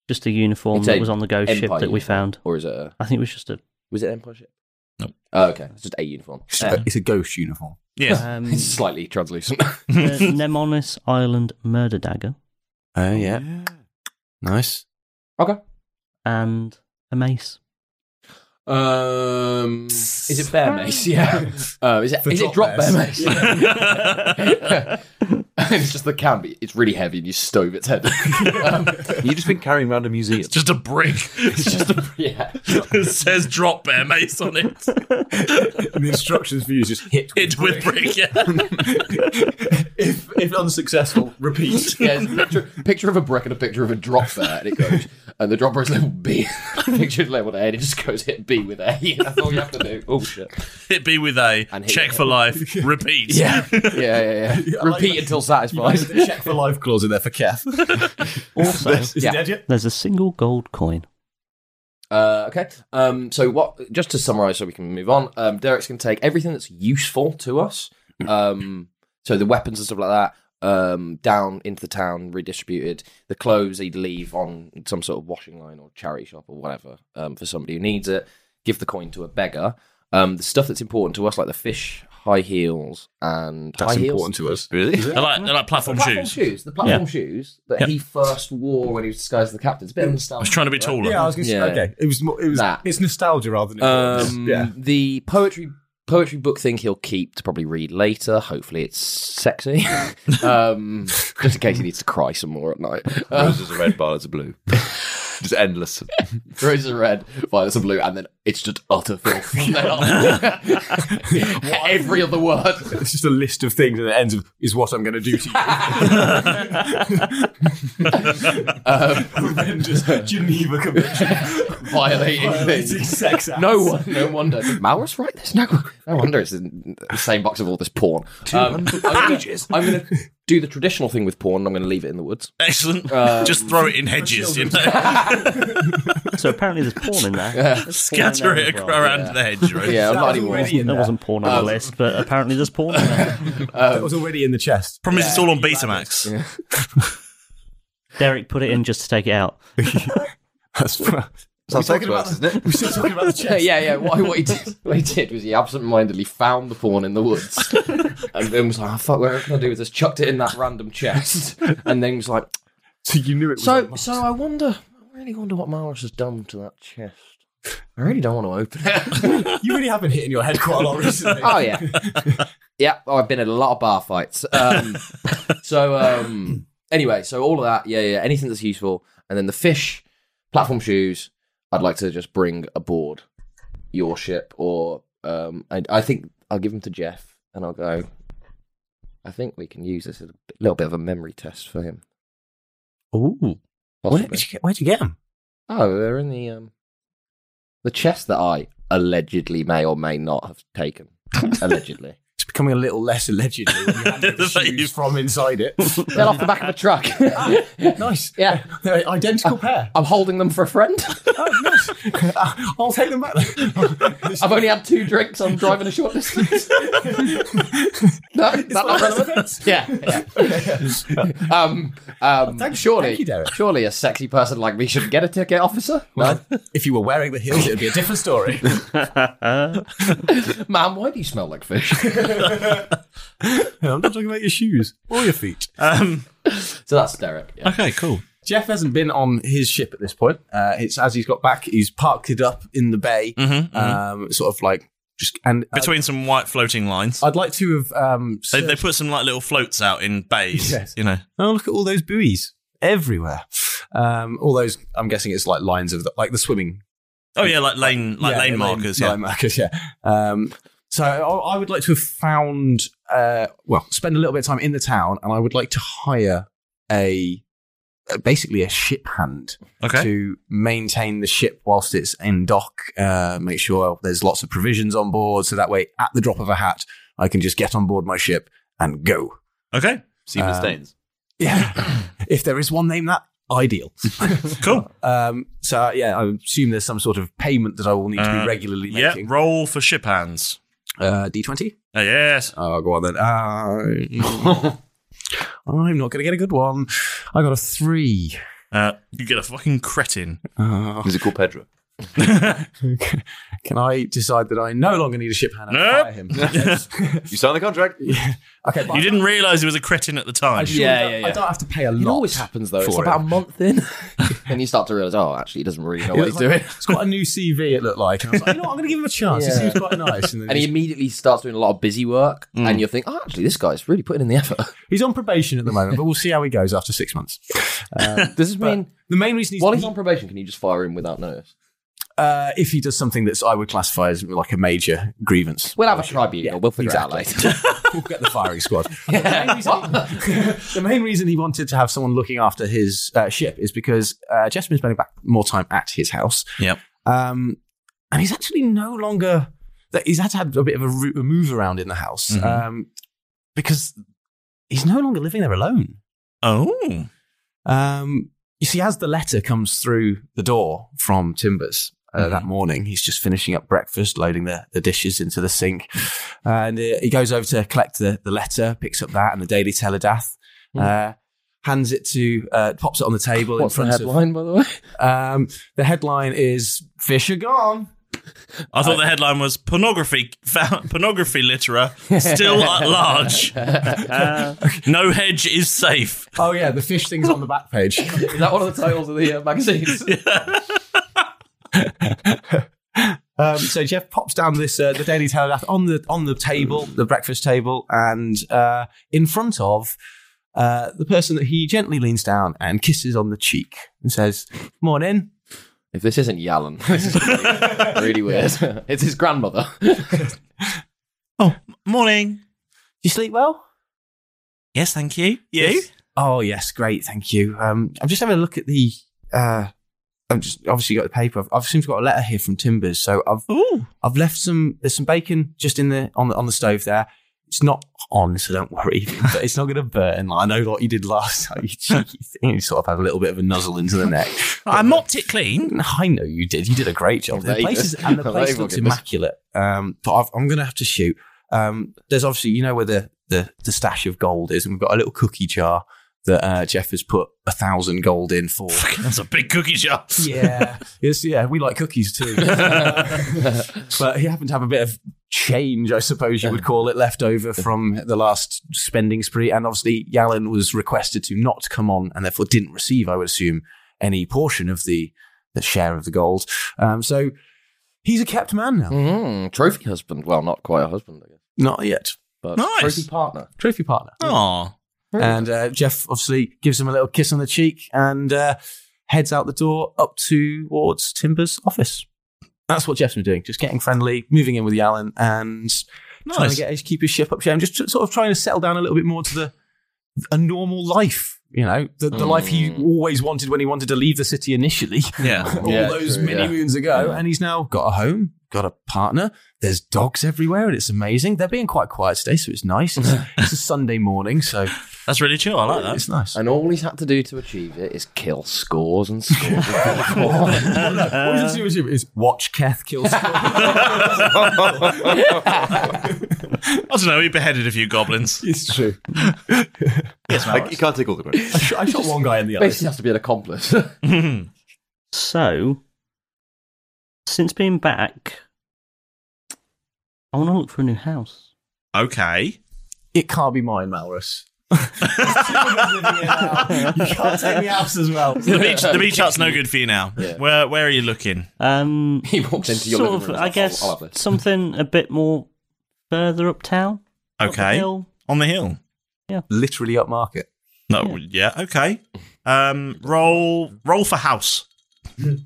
S5: just a uniform
S1: it's a
S5: that was on the ghost ship
S1: Empire
S5: that we
S1: uniform,
S5: found.
S1: or is it? A,
S5: I think it was just a
S1: was it Empire ship?
S2: No.
S1: Oh, okay. It's just a uniform.
S14: It's,
S1: Yeah.
S14: a, it's a ghost uniform.
S2: Yeah.
S5: Um,
S1: it's slightly translucent.
S5: the Nemonis Island murder dagger
S14: Oh yeah. Nice.
S1: okay.
S5: and a mace.
S1: Um, is it bear mace? Yeah. Oh, is it?
S14: For
S1: Is it
S14: drop
S1: drop bear mace?
S14: bears.
S1: it's just the can, but it's really heavy, and you stove its head. Um,
S6: You've just been carrying around a museum.
S2: Just a brick.
S1: it's just a, yeah.
S2: it says drop bear mace on it.
S14: And the instructions for you is just hit.
S2: Hit with brick, yeah.
S14: if, if unsuccessful, repeat.
S1: Yeah, it's a picture, picture of a brick and a picture of a drop there, and it goes, and the dropper is labeled B, picture is labeled A, and it just goes hit B with A. That's all you have to do. Oh shit!
S2: Hit B with A,
S1: And hit
S2: check
S1: it.
S2: for life, repeat.
S1: Yeah, yeah, yeah. yeah.
S14: I like
S1: Repeat
S14: that.
S1: until
S14: You might
S1: satisfied.
S14: have the check for life clause in there for Kef.
S5: Also,
S14: Is
S1: Yeah.
S14: he dead yet?
S5: there's a single gold coin.
S1: Uh, okay. Um, so what? Just to summarize, so we can move on. Um, Derek's going to take everything that's useful to us.
S14: Hmm.
S1: Um, so the weapons and stuff like that um, down into the town, redistributed. The clothes he'd leave on some sort of washing line or charity shop or whatever um, for somebody who needs it. Give the coin to a beggar. Um, the stuff that's important to us, like the fish, high heels, and
S14: That's
S1: high heels?
S14: important to us.
S2: They're like, they're like platform,
S1: Platform
S2: shoes.
S1: shoes. The platform
S5: Yeah.
S1: shoes that
S2: Yep.
S1: he first wore when he was disguised as the captain. It's a bit of
S2: I was trying to be taller.
S14: Yeah, I was going to
S1: Yeah.
S14: say. Okay, it was. More, it was.
S1: That.
S14: It's nostalgia rather than.
S1: Um,
S14: yeah.
S1: The poetry poetry book thing he'll keep to probably read later. Hopefully, it's sexy, um, just in case he needs to cry some more at night. Um,
S6: Roses are red, violets are blue. Just endless.
S1: roses are red, violets are blue, and then it's just utter filth. from then on. Every other word.
S14: It's just a list of things, and it ends with "is what I'm going to do to you."
S1: Um,
S14: Avengers Geneva Convention.
S1: violating
S14: Violating
S1: things.
S14: sex acts.
S1: No one, no wonder. Did Maurus write this? No, no wonder it's in the same box of all this porn. Um, pages. I'm going to do the traditional thing with porn. and I'm going to leave it in the woods. Uh,
S2: Excellent.
S1: Um,
S2: Just throw it in hedges, you know.
S5: So apparently there's porn in there.
S2: Scatter it ac- around the hedge, right?
S1: Yeah, I'm not
S14: was
S1: even. Um,
S14: already in
S5: That
S14: there.
S5: wasn't porn on the list, but apparently there's porn in there.
S14: That was already in the chest.
S2: Promise it's all on Betamax.
S5: Derek put it in just to take it out.
S14: That's
S6: Sounds sex works, isn't it?
S14: We're still talking about the
S1: Yeah,
S14: chest.
S1: yeah, yeah. What, what, he did, what he did was he absentmindedly found the porn in the woods "Ah, and then was like, oh, fuck, what can I do with this? Chucked it in that random chest and then was like,
S14: So you knew it was
S1: So, so I wonder. I really wonder what Malrus has done to that chest. I really don't want to open it.
S14: you really have been hitting your head quite a lot recently.
S1: Oh yeah, yeah. Oh, I've been in a lot of bar fights. Um, so um, anyway, so all of that, yeah, yeah. Anything that's useful, and then the fish platform shoes. I'd like to just bring aboard your ship, or um, I, I think I'll give them to Jeff, and I'll go. I think we can use this as a little bit of a memory test for him.
S14: Ooh. Where did you get, where'd you get them?
S1: Oh, they're in the um, the chest that I allegedly may or may not have taken. allegedly.
S14: It's becoming a little less allegedly when you handed the shoes from inside it.
S1: They're off the back of a truck.
S14: nice.
S1: Yeah.
S14: They're an identical pair.
S1: I'm holding them for a friend.
S14: oh, nice. Uh, I'll take them back.
S1: I've only had two drinks. I'm driving a short distance. no, that's not relevant. Yeah. yeah. Um, um, surely,
S14: thank you, Derek.
S1: surely a sexy person like me shouldn't get a ticket, officer.
S14: Well, if you were wearing the heels, it would be a different story.
S1: Ma'am, why do you smell like fish?
S14: I'm not talking about your shoes or your feet.
S2: Um,
S1: so that's Derek. Yeah.
S2: Okay, cool.
S9: Jeff hasn't been on his ship at this point. Uh, it's as he's got back, he's parked it up in the bay,
S2: Mhm,
S14: Mm-hmm,
S2: mhm.
S9: Um, sort of like just and uh,
S2: Between some white floating lines.
S9: I'd like to have. Um,
S2: They, they
S9: searched-
S2: put some like little floats out in bays,
S9: Yes.
S2: you know.
S9: Oh, look at all those buoys everywhere. Um, all those, I'm guessing it's like lines of the, like the swimming.
S2: Oh yeah, like lane like lane markers.
S9: Lane,
S2: yeah.
S9: Lane markers, yeah. Um, so I, I would like to have found, uh, well, spend a little bit of time in the town, and I would like to hire a uh, basically a ship hand
S2: Okay.
S9: to maintain the ship whilst it's in dock, uh, make sure there's lots of provisions on board, so that way at the drop of a hat, I can just get on board my ship and go.
S2: Okay.
S9: Um, Yeah. if there is one name that, ideal.
S2: cool.
S9: Um, so, yeah, I assume there's some sort of payment that I will need to
S2: Uh,
S9: be regularly
S2: Yeah.
S9: making.
S2: Roll for ship hands.
S9: Uh, D20?
S2: Oh, yes.
S9: Oh, go on then. Uh, I'm not going to get a good one. I got a three.
S2: Uh, you get a fucking cretin.
S1: Oh.
S9: Uh,
S6: Is it called Pedro?
S9: can I decide that I no longer need a ship hand and
S2: Nope.
S9: fire him?
S6: You signed the contract.
S9: Okay, but
S2: You didn't realise he was a cretin at the time.
S9: I surely don't- I don't have to pay a lot.
S1: It always happens though. It's
S9: For
S1: about
S9: it.
S1: a month in, and you start to realize, oh, actually, he doesn't really know
S9: It
S1: what
S9: was
S1: he's
S9: like-
S1: doing.
S9: It's got a new CV, it looked like. And I was like, you know what, I'm going to give him a chance. It
S1: Yeah.
S9: seems quite nice. And then
S1: And he
S9: he's,
S1: immediately starts doing a lot of busy work,
S9: Mm.
S1: and you think, oh, actually, this guy's really putting in the effort.
S9: he's on probation at the moment, but we'll see how he goes after six months. Um,
S1: Does this
S9: but
S1: mean
S9: the main reason he's,
S1: while he's on probation, can you just fire him without notice?
S9: uh, if he does something that's I would classify as like a major grievance,
S1: We'll have a tribunal. we'll figure it out later.
S9: we'll get the firing squad. the main reason he wanted to have someone looking after his uh, ship is because uh, Jeff's been spending back more time at his house,
S2: Yep.
S9: um, and he's actually no longer. that- He's had to have a bit of a, roo- a move around in the house
S2: Mhm.
S9: um, because he's no longer living there alone.
S2: Oh.
S9: Um, you see, as the letter comes through the door from Timbers uh, that morning, he's just finishing up breakfast, loading the, the dishes into the sink. And uh, he goes over to collect the, the letter, picks up that and the Daily Telegraph, uh, hands it to, uh, pops it on the table
S1: What's
S9: in
S1: the
S9: front
S1: headline, by the way?
S9: of. Um, the headline is Fish are gone.
S2: I thought the headline was pornography found, pornography litterer still at large. no hedge is safe.
S9: Oh, yeah, the fish thing's on the back page.
S1: Is that one of the titles of the uh, magazines?
S9: Um, so Jeff pops down this uh, the Daily Telegraph on the on the table, the breakfast table, and uh, in front of uh, the person that he gently leans down and kisses on the cheek and says, "Morning."
S1: If this isn't Yallan, this is really, really weird. it's his grandmother.
S2: Morning.
S9: You sleep well?
S2: Yes, thank you. You?
S9: Oh yes, great, thank you. Um, I'm just having a look at the. Uh, I've just obviously got the paper. I've, I've seems got a letter here from Timbers, so I've
S2: Ooh.
S9: I've left some. There's some bacon just in the on the on the stove there. It's not on, so don't worry. But it's not going to burn. I know what you did last time. You cheeky thing. You sort of had a little bit of a nuzzle into the neck.
S2: I mopped it clean.
S9: I know you did. You did a great job. The
S1: There you
S9: place
S1: go.
S9: is, and the
S1: There you
S9: place
S1: go,
S9: looks
S1: goodness.
S9: immaculate. Um, but I've, I'm going to have to shoot. Um, there's obviously, you know, where the, the, the stash of gold is, and we've got a little cookie jar that uh, Jeff has put a thousand gold in for.
S2: That's a big cookie jar.
S9: yeah, yes, yeah, we like cookies too. but he happened to have a bit of change, I suppose you would call it, left over from the last spending spree. And obviously, Yalin was requested to not come on and therefore didn't receive, I would assume, any portion of the, the share of the gold. Um, so he's a kept man now.
S1: Mm-hmm. trophy husband. Well, not quite a husband, I guess.
S9: Not yet.
S1: But
S9: Nice.
S1: trophy partner.
S9: Trophy partner.
S2: Aww.
S9: And uh, Jeff obviously gives him a little kiss on the cheek and uh, heads out the door up towards Timber's office. That's what Jeff's been doing, just getting friendly, moving in with Yalin, and trying to
S2: Nice.
S9: get his, keep his ship up. I'm just t- sort of trying to settle down a little bit more to the a normal life, you know, the, the life he
S1: Mm.
S9: always wanted when he wanted to leave the city initially.
S2: Yeah.
S9: all
S2: Yeah,
S9: those
S2: true,
S9: many
S2: yeah.
S9: moons ago,
S2: Yeah.
S9: and he's now got a home, got a partner. There's dogs everywhere, and it's amazing. They're being quite quiet today, so it's nice. It's, it's a Sunday morning, so
S2: that's really chill. I like that.
S9: It's nice.
S1: And all he's had to do to achieve it is kill scores and scores.
S9: Well, no, what he's doing is- is watch Keth kill
S2: I don't know. He beheaded a few goblins.
S9: It's true.
S2: yes,
S6: I, you can't take all the credit.
S9: I shot, I shot one guy in the
S1: Basically, has to be an accomplice.
S5: So, since being back, I want to look for a new house.
S2: Okay.
S9: It can't be mine, Malrus. you can't take me out as well.
S2: The beach, the beach hut's no good for you now. Where, where are you looking?
S5: Um,
S1: he walks
S5: sort of, I guess, something a bit more further uptown.
S2: Okay.
S5: hill.
S2: On the hill.
S5: Yeah.
S9: Literally up market.
S2: No. Yeah. okay. Um. Roll. Roll for house.
S5: An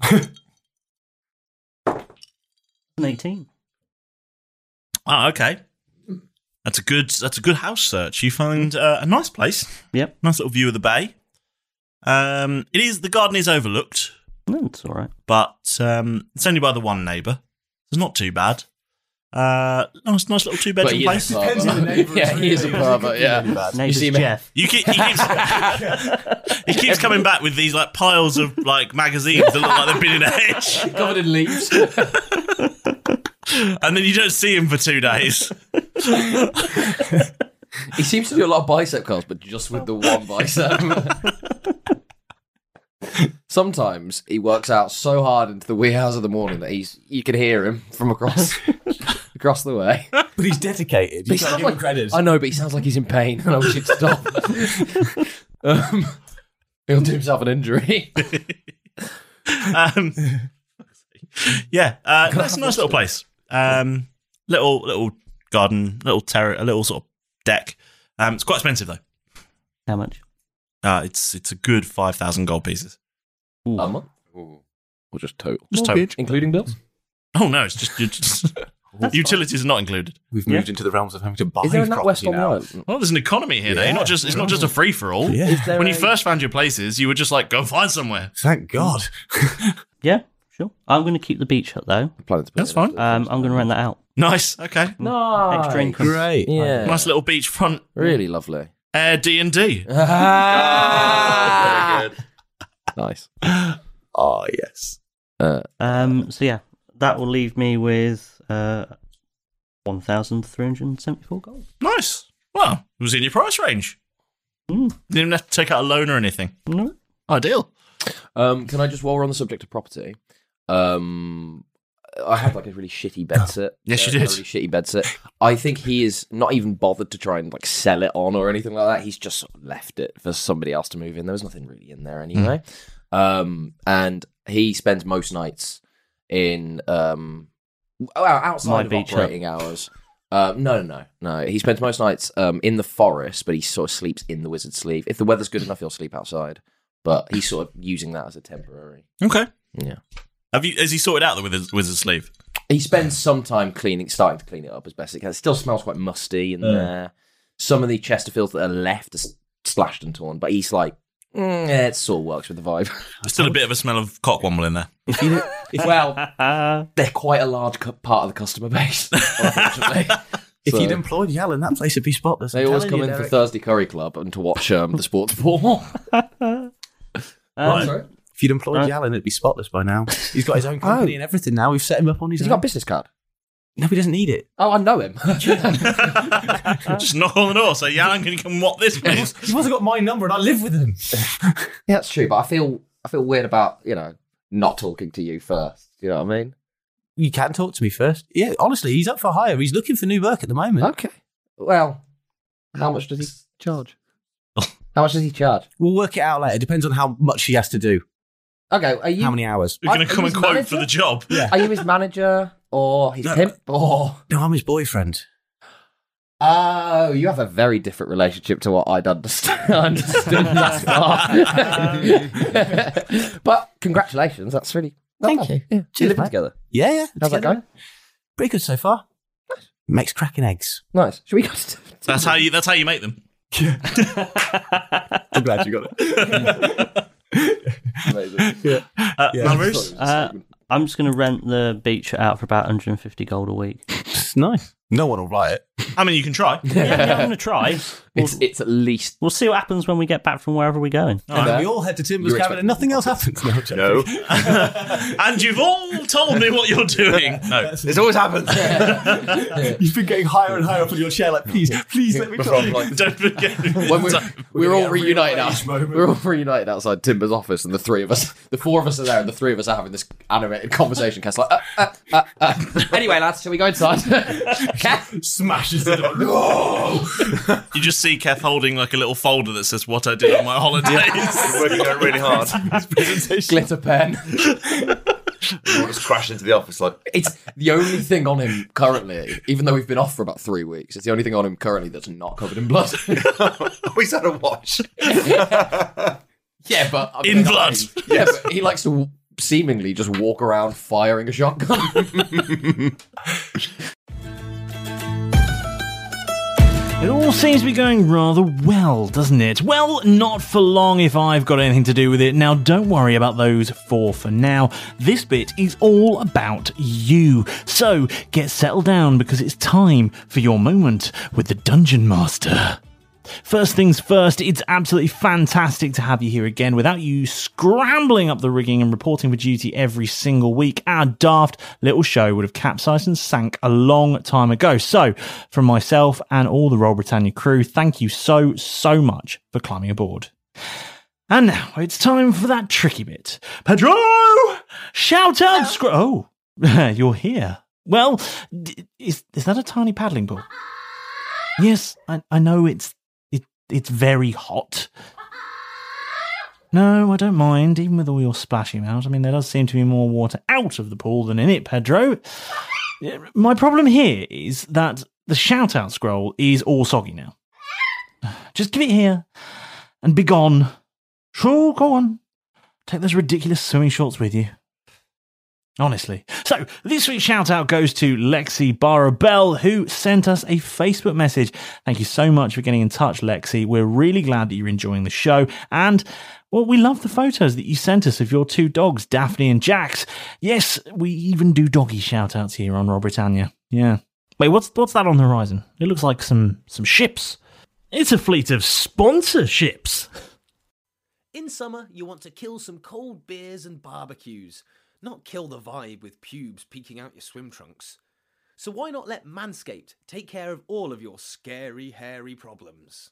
S5: 18.
S2: Ah. Okay. That's a good. That's a good house search. You find uh, a nice place.
S5: Yep.
S2: Nice little view of the bay. Um. It is the garden is overlooked,
S5: No, it's all right.
S2: but um, it's only by the one neighbour. It's not too bad. Uh, nice, nice little two
S1: But
S2: bedroom
S1: he is
S2: place.
S1: a Depends on the barber. neighbour, Yeah, he is a really. barber, It could be yeah. really bad. You Neighbour's see me- Jeff.
S2: You keep, he keeps, he keeps coming back with these like piles of like magazines that look like they've been in a hedge,
S1: covered in leaves.
S2: and then you don't see him for two days.
S1: he seems to do a lot of bicep curls, but just with the one bicep. Sometimes he works out so hard into the wee hours of the morning that he's you can hear him from across across the way. But
S9: he's dedicated.
S1: He sounds like, I know, but he sounds like he's in pain, and I wish he'd stop. um, he'll do himself an injury.
S2: um, yeah, uh, that's a nice little place. Um, little little garden, little terrace, a little sort of deck. Um, it's quite expensive though.
S5: How much?
S2: Uh, it's it's a good five thousand gold pieces.
S1: A month? Or just total?
S2: Just total.
S1: including bills.
S2: Oh no, it's just, you just utilities are not included.
S9: We've
S1: moved
S9: into the realms of having to buy.
S2: Is there a
S1: property West on now. Road?
S2: Well, there's an economy here. now. You're
S9: Yeah.
S2: not just it's not just a free for all.
S9: Yeah. Is there
S2: When you
S9: a-
S2: first found your places, you were just like go find somewhere.
S9: Thank God.
S5: Yeah, sure. I'm going to keep the beach hut, though.
S2: That's fine.
S5: Um, I'm going to rent that out.
S2: Nice. Okay.
S1: Nice.
S5: Extra income.
S9: Great.
S1: Yeah.
S2: Nice little beachfront.
S1: Really lovely.
S2: Air D and D.
S9: Ah!
S1: Nice. Uh,
S9: Oh, yes.
S5: um, so, yeah, that will leave me with uh, 1,374 gold.
S2: Nice. Well, it was in your price range. Mm. Didn't even have to take out a loan or anything.
S5: No.
S2: Ideal.
S1: Um, can I just, while we're on the subject of property, um, I had like a really shitty bed set.
S2: Oh. Yes, you
S1: A
S2: did.
S1: really shitty bed set. I think he is not even bothered to try and like sell it on or anything like that. He's just sort of left it for somebody else to move in. There was nothing really in there anyway.
S2: Hmm.
S1: Um, and he spends most nights in um, oh, outside
S5: My
S1: of
S5: beach hut.
S1: operating hours. Um, no, no, no. He spends most nights um, in the forest, but he sort of sleeps in the wizard's sleeve. If the weather's good enough, he'll sleep outside. But he's sort of using that as a temporary.
S2: Okay.
S1: Yeah.
S2: Have you? Has he sorted out the wizard's, wizard's sleeve?
S1: He spends some time cleaning, starting to clean it up as best he can. It still smells quite musty in
S2: Yeah.
S1: there. Some of the Chesterfields that are left are s- slashed and torn, but he's like, "Mm, yeah, it sort of works with the vibe.
S2: There's still a bit of a smell of cockwomble in there.
S1: well, they're quite a large cu- part of the customer base. unfortunately.
S9: If
S1: So-
S9: you'd employed Yalin, that place would be spotless.
S1: They
S9: I'm
S1: always
S9: telling
S1: come in
S9: you,
S1: for
S9: Derek.
S1: Thursday Curry Club and to watch um, the sports ball.
S9: Right. If you'd employed Yalin, it'd be spotless by now. He's got his own company and everything now. We've set him up on his
S1: He's
S9: own.
S1: Oh. got a business card.
S9: No, he doesn't need it.
S1: Oh, I know him.
S9: Uh-huh.
S2: Just knock on the door. Say, yeah, I'm going to come what this place.
S9: He's also got my number and I live with him.
S1: Yeah, that's true. But I feel I feel weird about you know not talking to you first. You know what I mean?
S9: you can talk to me first. Yeah, honestly, he's up for hire. He's looking for new work at the moment.
S1: Okay. Well, how much does he charge? how much does he charge?
S9: We'll work it out later. It depends on how much he has to do.
S1: Okay, are you
S9: How many hours?
S1: You're gonna Are- are come you and his quote manager? for the job? Are you his manager or his pimp or?
S9: No, I'm his boyfriend.
S1: Oh, you have a very different relationship to what I'd understand. understood thus far. but congratulations, that's really. Thank you. Yeah.
S9: Cheers,
S1: living
S9: mate.
S1: together.
S9: Yeah, yeah.
S1: How's that
S9: together.
S1: going?
S9: Pretty good so far. Makes cracking eggs.
S1: Nice. Should we go to
S7: That's how you. That's how you make them.
S9: I'm glad you got it.
S5: yeah.
S7: Uh, Yeah. Melrose?
S5: I'm just going to rent the beach out for about 150 gold a week. It's
S9: nice. No one will buy it.
S7: I mean, you can try.
S5: yeah, yeah, I'm going to try.
S1: It's, it's at least.
S5: We'll see what happens when we get back from wherever we're going.
S9: And then we all head to Timber's
S5: You
S9: cabin
S5: expect-
S9: and nothing else happens. No, no.
S7: and you've all told me what you're doing. No,
S9: It's always happened. You've been getting higher and higher up on your chair, like, please, please let me
S1: Before
S9: talk.
S1: I'm like-
S7: Don't forget.
S1: When we're, we're, all reunited
S9: real
S1: out, we're all reunited outside Timber's office, and the three of us, the four of us are there, and the three of us are having this animated conversation. Cass like, uh, uh, uh, uh. anyway, lads, shall we go inside?
S9: smashes it. No.
S7: You just see Keth holding like a little folder that says what I did on my holidays.
S4: Yeah. Working out really hard.
S1: Glitter pen.
S4: Just crashed into the office like
S1: It's the only thing on him currently, even though we've been off for about three weeks. It's the only thing on him currently that's not covered in blood.
S6: Oh,
S4: He's had a watch.
S1: yeah, but
S7: In blood.
S1: Yeah, but he likes to seemingly just walk around firing a shotgun.
S2: It all seems to be going rather well, doesn't it? Well, not for long if I've got anything to do with it. Now, don't worry about those four for now. This bit is all about you. So, get settled down because it's time for your moment with the Dungeon Master. First things first, it's absolutely fantastic to have you here again without you scrambling up the rigging and reporting for duty every single week. Our daft little show would have capsized and sank a long time ago. So, from myself and all the Royal Britannia crew, thank you so, so much for climbing aboard. And now it's time for that tricky bit. Pedro! Shout out! Scr- oh, you're here. Well, d- is, is that a tiny paddling pool? Yes, I, I know it's it, it's very hot. No, I don't mind, even with all your splashing out. I mean, there does seem to be more water out of the pool than in it, Pedro. Yeah, My problem here is that the shout out scroll is all soggy now. Just give it here and be gone. Sure, go on. Take those ridiculous swimming shorts with you. Honestly. So, this week's shout out goes to Lexi Barabell, who sent us a Facebook message. Thank you so much for getting in touch, Lexi. We're really glad that you're enjoying the show. And, well, we love the photos that you sent us of your two dogs, Daphne and Jax. Yes, we even do doggy shout outs here on Raw Britannia. Yeah. Wait, what's, what's that on the horizon? It looks like some, some ships. It's a fleet of sponsorships.
S17: In summer, you want to kill some cold beers and barbecues, not kill the vibe with pubes peeking out your swim trunks. So why not let Manscaped take care of all of your scary, hairy problems?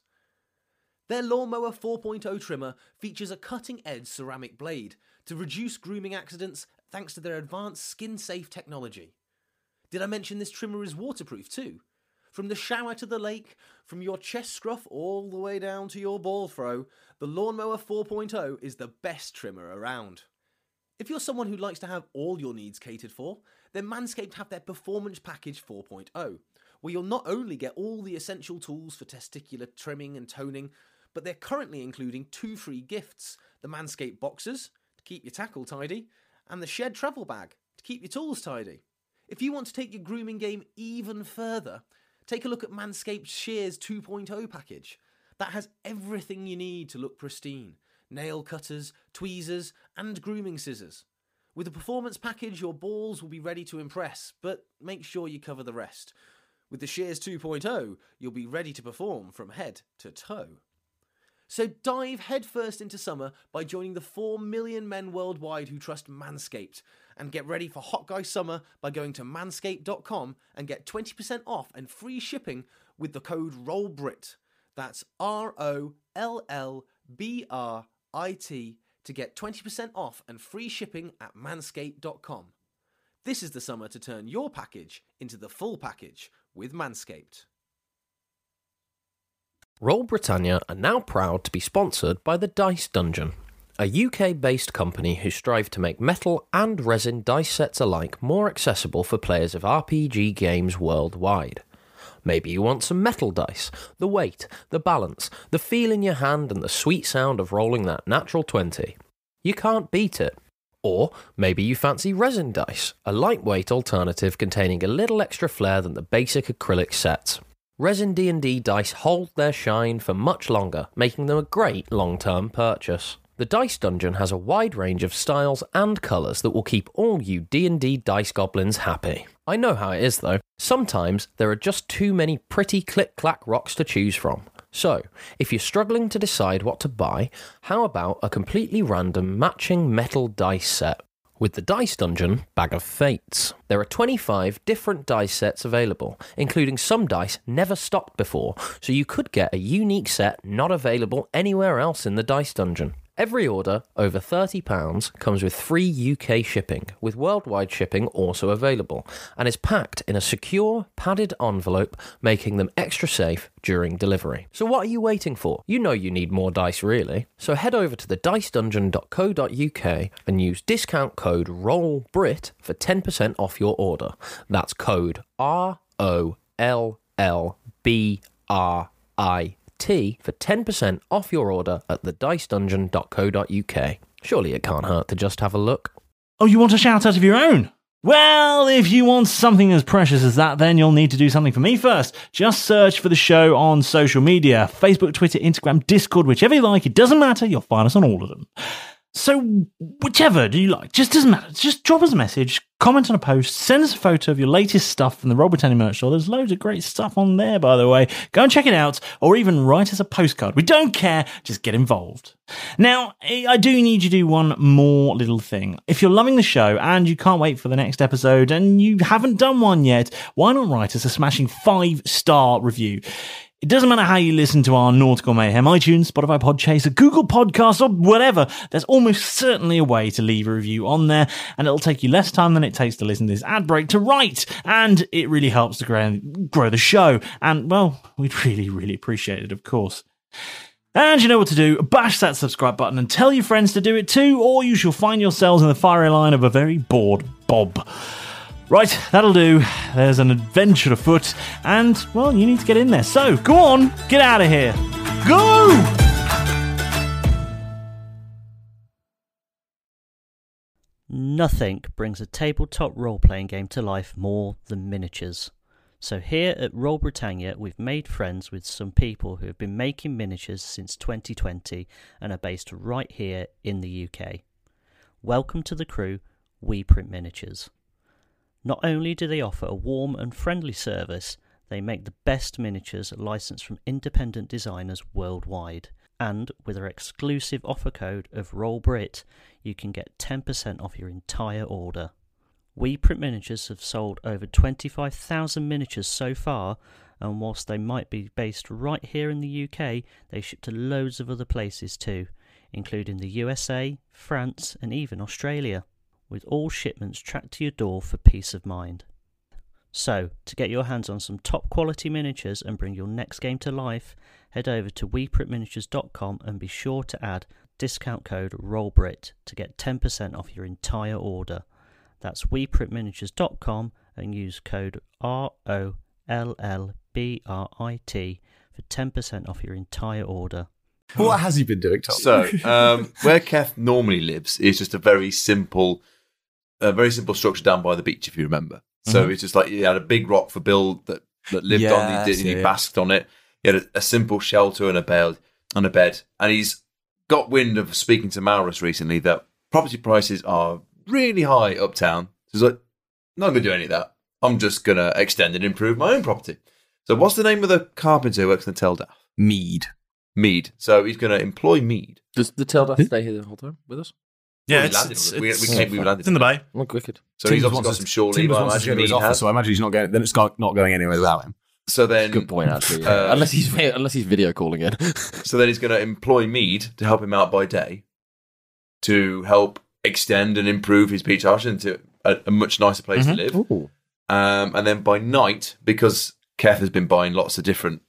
S17: Their Lawnmower 4.0 trimmer features a cutting edge ceramic blade to reduce grooming accidents thanks to their advanced skin safe technology. Did I mention this trimmer is waterproof too? From the shower to the lake, from your chest scruff all the way down to your ball throw, the Lawnmower 4.0 is the best trimmer around. If you're someone who likes to have all your needs catered for, then Manscaped have their Performance Package 4.0, where you'll not only get all the essential tools for testicular trimming and toning, but they're currently including two free gifts the Manscaped Boxers, to keep your tackle tidy, and the Shed Travel Bag, to keep your tools tidy. If you want to take your grooming game even further, take a look at Manscaped Shears 2.0 package. That has everything you need to look pristine nail cutters, tweezers, and grooming scissors. With the performance package, your balls will be ready to impress, but make sure you cover the rest. With the Shears 2.0, you'll be ready to perform from head to toe. So dive headfirst into summer by joining the 4 million men worldwide who trust Manscaped. And get ready for Hot Guy Summer by going to manscaped.com and get 20% off and free shipping with the code ROLLBRIT. That's R O L L B R I T to get 20% off and free shipping at manscaped.com. This is the summer to turn your package into the full package with Manscaped.
S1: Roll Britannia are now proud to be sponsored by the Dice Dungeon, a UK based company who strive to make metal and resin dice sets alike more accessible for players of RPG games worldwide. Maybe you want some metal dice, the weight, the balance, the feel in your hand, and the sweet sound of rolling that natural 20. You can't beat it. Or maybe you fancy resin dice, a lightweight alternative containing a little extra flair than the basic acrylic sets. Resin D&D dice hold their shine for much longer, making them a great long-term purchase. The Dice Dungeon has a wide range of styles and colours that will keep all you D&D dice goblins happy. I know how it is though. Sometimes there are just too many pretty click-clack rocks to choose from. So, if you're struggling to decide what to buy, how about a completely random matching metal dice set? with the Dice Dungeon Bag of Fates. There are 25 different dice sets available, including some dice never stocked before, so you could get a unique set not available anywhere else in the Dice Dungeon. Every order over £30 comes with free UK shipping, with worldwide shipping also available, and is packed in a secure, padded envelope, making them extra safe during delivery. So, what are you waiting for? You know you need more dice, really. So, head over to thedicedungeon.co.uk and use discount code ROLLBRIT for 10% off your order. That's code R O L L B R I T for 10% off your order at thedicedungeon.co.uk. Surely it can't hurt to just have a look.
S2: Oh, you want a shout out of your own? Well, if you want something as precious as that, then you'll need to do something for me first. Just search for the show on social media Facebook, Twitter, Instagram, Discord, whichever you like. It doesn't matter. You'll find us on all of them. So, whichever do you like, just doesn't matter. Just drop us a message, comment on a post, send us a photo of your latest stuff from the Rob Britannia merch store. There's loads of great stuff on there, by the way. Go and check it out, or even write us a postcard. We don't care. Just get involved. Now, I I do need you to do one more little thing. If you're loving the show and you can't wait for the next episode and you haven't done one yet, why not write us a smashing five star review? It doesn't matter how you listen to our Nautical Mayhem, iTunes, Spotify, Podchaser, Google Podcasts, or whatever. There's almost certainly a way to leave a review on there, and it'll take you less time than it takes to listen to this ad break to write. And it really helps to grow, grow the show. And, well, we'd really, really appreciate it, of course. And you know what to do. Bash that subscribe button and tell your friends to do it too, or you shall find yourselves in the fiery line of a very bored Bob. Right, that'll do. There's an adventure afoot, and, well, you need to get in there. So, go on, get out of here. Go!
S18: Nothing brings a tabletop role playing game to life more than miniatures. So, here at Roll Britannia, we've made friends with some people who have been making miniatures since 2020 and are based right here in the UK. Welcome to the crew, We Print Miniatures. Not only do they offer a warm and friendly service, they make the best miniatures licensed from independent designers worldwide. And with our exclusive offer code of ROLLBRIT, you can get 10% off your entire order. We Print Miniatures have sold over 25,000 miniatures so far, and whilst they might be based right here in the UK, they ship to loads of other places too, including the USA, France, and even Australia, with all shipments tracked to your door for peace of mind. So, to get your hands on some top quality miniatures and bring your next game to life, head over to weprintminiatures.com and be sure to add discount code ROLLBRIT to get 10% off your entire order. That's weprintminiatures.com and use code R O L L B R I T for 10% off your entire order.
S9: What has he been doing, Tom?
S6: So, um, where Kef normally lives is just a very simple, a very simple structure down by the beach, if you remember. So
S1: Mm-hmm.
S9: Mhm.
S6: it's just like he had a big rock for build that, that lived on. He
S9: Yes,
S6: did, and
S9: yeah,
S6: he
S9: yeah.
S6: basked on it. He had a, a simple shelter and a bed and a bed. And he's got wind of speaking to Maurus recently that property prices are really high uptown. So he's like, not gonna do any of that. I'm just gonna extend and improve my own property. So what's the name of the carpenter who works in the Teldath? Mead. Mead. So he's gonna employ Mead.
S19: Does the
S9: Hmm?
S19: Teldath stay here the whole time with us?
S6: Yeah,
S20: it's-
S6: landed
S20: it's-
S6: on it. We-
S20: it's-
S6: we came- we landed
S20: it's in the
S6: on it.
S20: bay.
S19: Look Oh, wicked.
S6: So
S9: Timbers
S6: he's obviously
S9: wants
S6: got
S9: to-
S6: some shore leave.
S9: Timbers
S6: I
S9: wants to
S6: imagine
S9: go to his
S6: Mead
S9: office,
S6: has.
S9: so I imagine he's not going. Then it's got, not going anywhere without him.
S6: So then,
S19: good point actually. yeah.
S6: Uh,
S19: unless he's vi- unless he's video calling it.
S6: So then he's going to employ Mead to help him out by day to help extend and improve his beach house and to a, a much nicer place to live. Um, and then by night, because Keth has been buying lots of different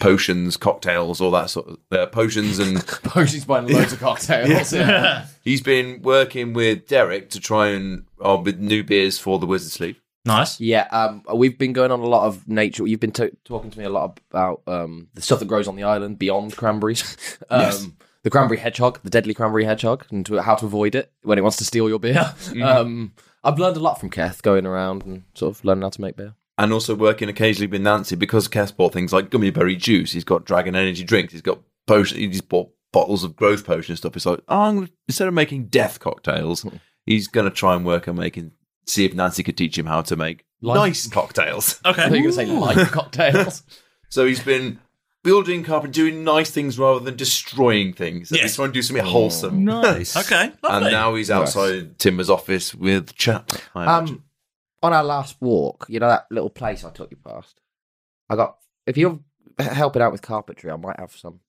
S6: potions, cocktails, all that sort of uh, potions and
S1: Potions buying loads of cocktails. yeah.
S6: He's been working with Derek to try and uh, with new beers for the Wizard Sleep.
S1: Nice. Yeah, um, we've been going on a lot of nature. You've been to talking to me a lot about um, the stuff that grows on the island beyond cranberries. um,
S13: Yes.
S1: The cranberry hedgehog, the deadly cranberry hedgehog, and to, how to avoid it when it wants to steal your beer. Um, I've learned a lot from Keth going around and sort of learning how to make beer.
S6: and also working occasionally with Nancy because Kes bought things like gummy berry juice. He's got dragon energy drinks. He's got potion. He just bought bottles of growth potion and stuff. It's like, oh, I'm gonna, instead of making death cocktails,
S2: Hmm.
S6: he's going to try and work on making. See if Nancy could teach him how to make nice cocktails.
S2: Okay. I thought you were gonna say life
S1: cocktails.
S6: so he's been building up and doing nice things rather than destroying things. He's trying to do something wholesome.
S2: Oh, Nice. Okay,
S6: And
S2: lovely.
S6: now he's outside Timber's office with chat.
S1: Um, on our last walk, you know that little place I took you past. I got if you're helping out with carpentry, I might have some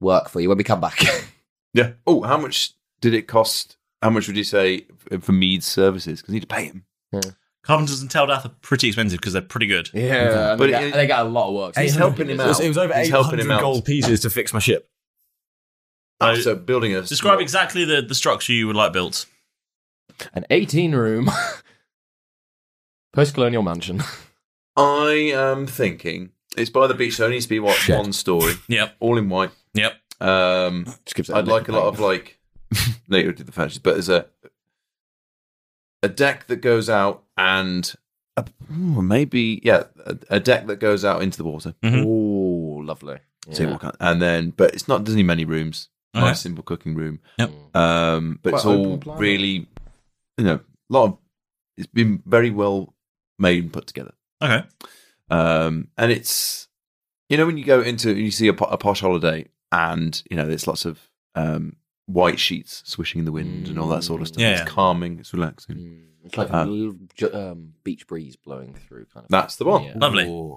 S1: work for you when we come back.
S6: Yeah. Oh, how much did it cost? How much would you say f- for Mead's services? Because you need to pay him.
S2: Carpenters and Teldath are pretty expensive because they're pretty good.
S1: Yeah, and
S2: but
S1: they got-
S2: it-
S1: they got a lot of work.
S2: He's helping him
S1: It
S2: out.
S1: was-
S2: It was over He's helping him 800 out.
S12: gold pieces to fix my ship.
S6: So, building a
S2: describe exactly the, the structure you would like built.
S1: An 18 room post colonial mansion.
S6: I am thinking it's by the beach, so it needs to be what one story.
S2: Yep.
S6: All in white.
S2: Yep.
S6: Um,
S1: it
S6: I'd
S1: a
S6: like a
S1: little paint.
S6: lot of like later did the fantasies, but there's a a deck that goes out and a, ooh, maybe yeah, a, a deck that goes out into the water.
S2: Mhm.
S1: Oh, lovely.
S6: See
S1: Yeah.
S6: what kind- and then, but it's not. Doesn't need many rooms.
S2: Okay.
S6: Nice simple cooking room.
S2: Yep.
S6: Um, but it's
S2: Quite
S6: all
S2: open plan.
S6: really, you know, a lot of. It's been very well made and put together.
S2: Okay.
S6: Um, and it's, you know, when you go into you see a, po- a posh holiday, and you know, there's lots of um, white sheets swishing in the wind and all that sort of stuff.
S1: Yeah.
S2: Mm.
S6: It's calming. It's relaxing.
S1: Mm. It's like
S6: Uh,
S1: a little ju- um, beach breeze blowing through, kind of.
S6: that's the one.
S1: Yeah.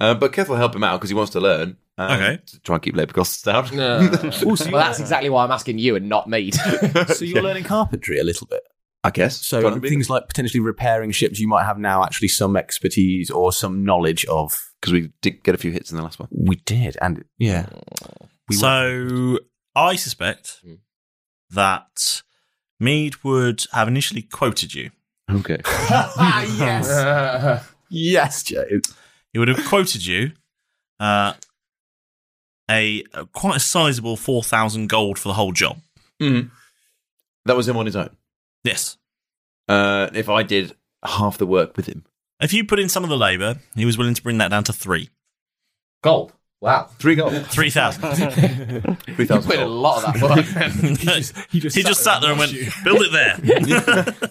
S6: Uh, but Keith will help him out because he wants to learn. um,
S1: Okay.
S6: To try and keep labour costs down.
S1: No. well, that's exactly why I'm asking you and not me.
S6: so
S1: you're
S9: learning carpentry a little bit.
S6: I guess.
S9: So
S6: Gotta be.
S9: things like potentially repairing ships, you might have now actually some expertise or some knowledge of.
S6: Because we did get a few hits in the last one.
S9: We did, and yeah.
S2: so I suspect
S6: Hmm.
S2: that Mead would have initially quoted you.
S6: Okay.
S1: Ah, yes.
S9: yes, James.
S2: He would have quoted you uh, a, a quite a sizable four thousand gold for the whole job. Mm.
S6: Mhm. That was him on his own.
S2: Yes.
S6: Uh, if I did half the work with him,
S2: If you put in some of the labour, he was willing to bring that down to three.
S1: Gold. Wow.
S6: Three gold.
S2: Three thousand.
S6: Three
S1: thousand. You put a lot of that work.
S2: he just, sat there and went, build it there.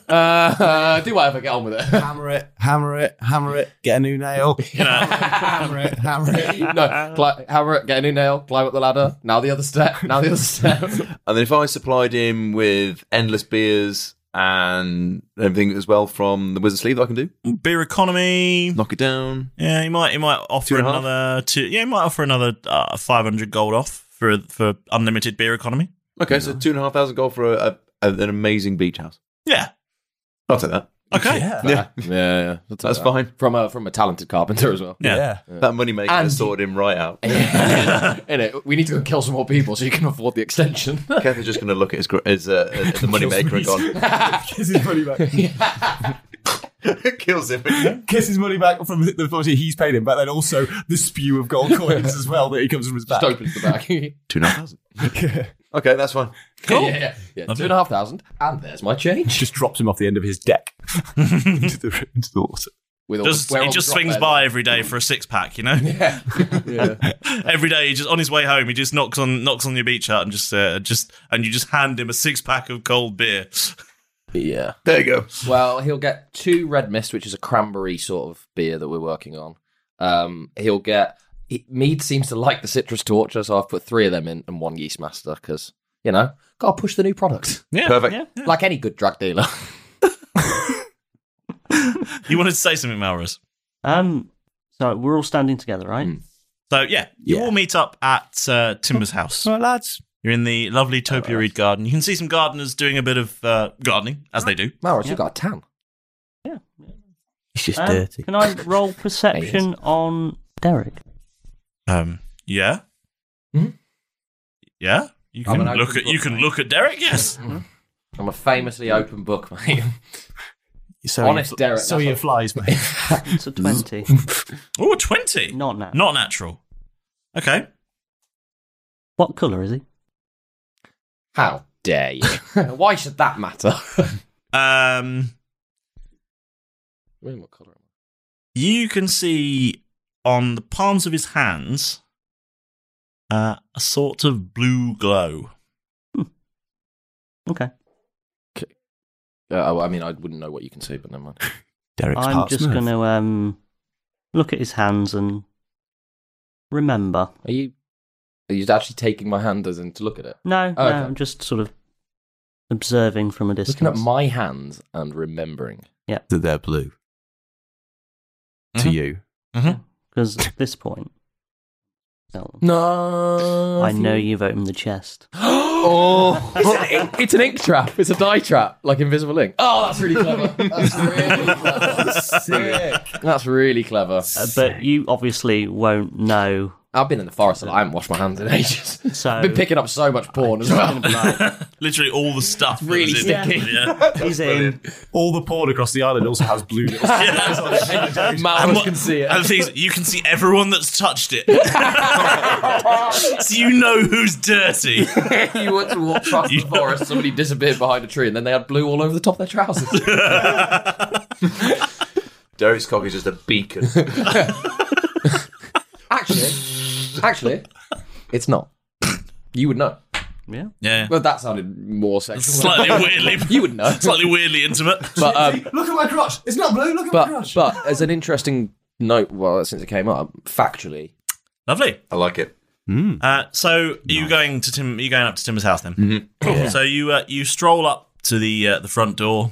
S1: uh, uh, do whatever, get on with it.
S9: Hammer it, hammer it, hammer it, get a new nail. hammer it, hammer it.
S1: no, cli- hammer it, get a new nail, climb up the ladder. Now the other step. Now the other step.
S6: and then if I supplied him with endless beers and everything as well from the Wizard Sleeve that I can do,
S2: Beer economy,
S6: knock it down.
S2: Yeah, he might he might offer
S6: and a half?
S2: another two. Yeah, he might offer another uh, five hundred gold off for for unlimited beer economy.
S6: Okay, so two and a half thousand gold for a, a, an amazing beach house.
S2: Yeah.
S6: I'll take that.
S2: Okay.
S6: Yeah.
S1: yeah, yeah.
S6: That's fine.
S1: From a from a talented carpenter as well.
S2: Yeah.
S6: That money maker
S1: And-
S6: sorted him right out.
S1: In it, we need to go kill some more people so you can afford the extension.
S6: Kev is just going to look at his, gr- his uh, at the money maker and gone,
S9: Kiss his money back.
S6: Kills him.
S9: Kiss his money back from the obviously he's paid him, but then also the spew of gold coins as well that he comes from his back.
S1: Just opens the bag.
S6: two and a half thousand. okay, that's fine.
S1: Cool. Yeah, yeah, yeah. Two and a half thousand, and there's my change.
S9: Just drops him off the end of his deck into, the, into the water.
S1: With all
S2: Just,
S1: the- where
S2: he
S1: all the
S2: just
S1: drop
S2: swings
S1: there.
S2: by every day for a six pack, you know.
S1: Yeah.
S2: every day, he just on his way home, he just knocks on knocks on your beach hut and just uh, just and you just hand him a six pack of cold beer.
S1: Yeah.
S6: There you go.
S1: Well, he'll get two Red Mist, which is a cranberry sort of beer that we're working on. Um, he'll get. He, Mead seems to like the citrus torture, so I've put three of them in and one yeast master because, you know, got to push the new product.
S2: Yeah.
S6: Perfect.
S2: yeah,
S1: Like any good drug dealer.
S2: You wanted to say something, Melrose.
S5: Um, so
S1: Mm.
S5: we're all standing together, right?
S2: So yeah, you all meet up at uh, Timber's house.
S9: All right, lads,
S2: You're in the lovely Topia Reed garden. You can see some gardeners doing a bit of uh, gardening, as they do.
S1: Maris, you've got a tan.
S2: It's
S5: Um, Can I roll perception on Derek?
S2: Um, yeah. Yeah. You
S1: I'm
S2: can
S1: an
S2: look
S1: open Mm-hmm.
S2: at you can look at Derek. Yes.
S1: I'm a famously open book, mate.
S2: So
S1: Honest,
S2: you-
S1: Derek.
S2: so
S1: that's
S2: you
S1: what-
S2: flies, mate.
S5: it's a 20.
S2: Oh, 20.
S5: Not natural.
S2: Not natural. Okay.
S5: What colour is he?
S1: How dare you? Why should that matter?
S5: Uh,
S2: Um,
S1: Wait, what colour am
S2: you can see on the palms of his hands uh, a sort of blue glow.
S5: Hmm. Okay.
S1: I? Uh, well, I mean, I wouldn't know what you can see, but never mind.
S5: I'm just going to um, look at his hands and remember.
S1: Are you? Are you actually taking my hand as in to look at it?
S5: No, no,
S1: Oh, okay.
S5: I'm just sort of observing from a distance.
S1: Looking at my hands and remembering.
S5: Yeah.
S12: That they're blue. To
S2: Mm-hmm.
S12: you.
S5: Because at this point,
S1: No.
S5: I know you've opened the chest.
S1: Oh, it's an, ink, it's an ink trap. It's a die trap, like invisible ink. Oh, that's really clever. That's really clever. Sick. That's really clever.
S5: Uh, but you obviously won't know.
S1: I've been in the forest and I haven't washed my hands in ages.
S5: So
S1: I've been picking up so much porn as well.
S2: Literally all the stuff. that
S1: really
S2: was in it.
S1: sticky.
S2: Yeah.
S5: He's in.
S14: All the porn across the island also has blue little stickers on it.
S2: And what- and things- you can see everyone that's touched it. so you know who's dirty.
S1: you went to walk past the forest, somebody disappeared behind a tree, and then they had blue all over the top of their trousers.
S6: Derek's cock is just a beacon.
S1: actually, actually, it's not. You would know.
S5: Yeah.
S2: Yeah.
S1: Well, that sounded more sexual.
S2: Slightly weirdly.
S1: you would know.
S2: Slightly weirdly intimate.
S1: But um,
S14: Look at my crotch. It's not blue. Look at my
S1: but
S14: crotch.
S1: but as an interesting note, well, since it came up, factually,
S2: Lovely.
S6: I like it.
S2: Uh, so are you going to Tim? Are you going up to Tim's house then?
S1: Mm-hmm.
S2: Cool.
S6: Yeah.
S2: So you uh, you stroll up to the uh, the front door,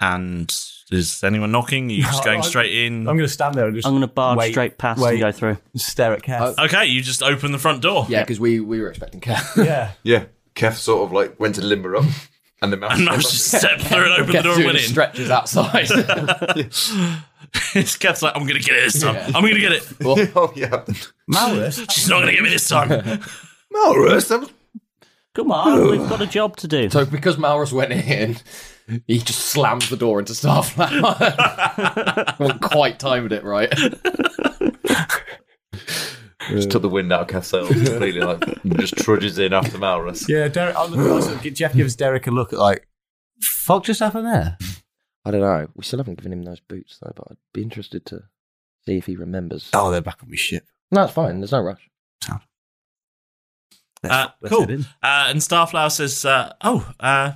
S2: and is anyone knocking? Are you just
S14: No,
S2: going
S14: I'm-
S2: straight in?
S14: I'm going to stand there and just.
S5: I'm going to barge
S14: wait-
S5: straight past
S14: wait,
S5: and go through.
S14: Stare at Kath.
S2: okay, you just open the front door.
S1: yeah, because we we were expecting Kev.
S14: yeah.
S6: Yeah. Kev sort of like went to limber up, and the mouse.
S2: And Mouse just stepped through and opened the
S1: Kev
S2: door and
S1: doing
S2: went
S1: the
S2: in.
S1: Stretches outside.
S2: It's Kev's like, I'm going to get it this time. I'm going to get it.
S6: oh yeah.
S14: Malus.
S2: She's not going to get me this time.
S6: Malrus, that was
S5: Come on, we've got a job to do.
S1: so because Malrus went in, he just slammed the door into Starflower. Wasn't quite timed it right.
S6: just took the wind out of Kev's sails completely. Like and just trudges in after Malrus.
S14: Yeah, Derek. I'm the person. Jeff gives Derek a look at like. Fuck just happened there.
S13: I don't know. We still haven't given him those boots though, but I'd be interested to see if he remembers.
S14: Oh, they're back on my ship.
S13: No, it's fine. There's no rush.
S2: Oh. Uh, cool. Uh, and Starflower says, uh, Oh, uh,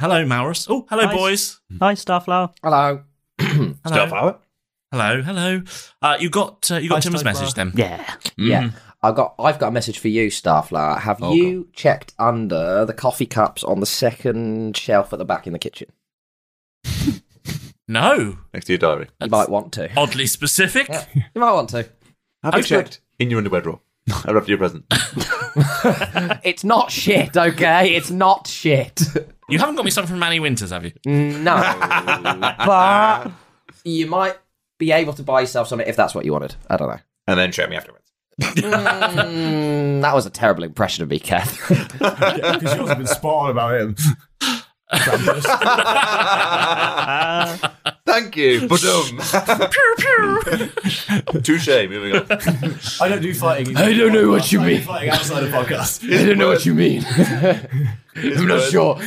S2: hello, Malrus. Oh, hello,
S5: Hi.
S2: boys.
S5: Hi, Starflower.
S1: Hello.
S2: Hello. Hello, hello. Uh, you got uh, you got Tim's message then. Mm.
S5: Yeah.
S1: Yeah. I've got I've got a message for you, Starflower. Have
S2: Oh,
S1: you checked under the coffee cups on the second shelf at the back in the kitchen?
S2: No,
S6: Next to your diary.
S1: You might want to.
S2: oddly specific.
S1: You might want to.
S6: Have you
S1: I've checked.
S6: checked in your underwear drawer? I wrapped your present.
S1: It's not shit, okay? It's not shit.
S2: You haven't got me something from Manny Winters, have you?
S1: Mm, No. but you might be able to buy yourself something if that's what you wanted. I don't know.
S6: and then check me afterwards.
S1: Mm, that was a terrible impression of me, Kath.
S14: Because yours have been spot on about him.
S6: Thank you. Badum. Touche. Moving on.
S14: I don't do fighting.
S1: I don't know what you
S14: I do
S1: mean.
S14: Fighting outside the podcast.
S1: I don't know what you mean. I'm not sure.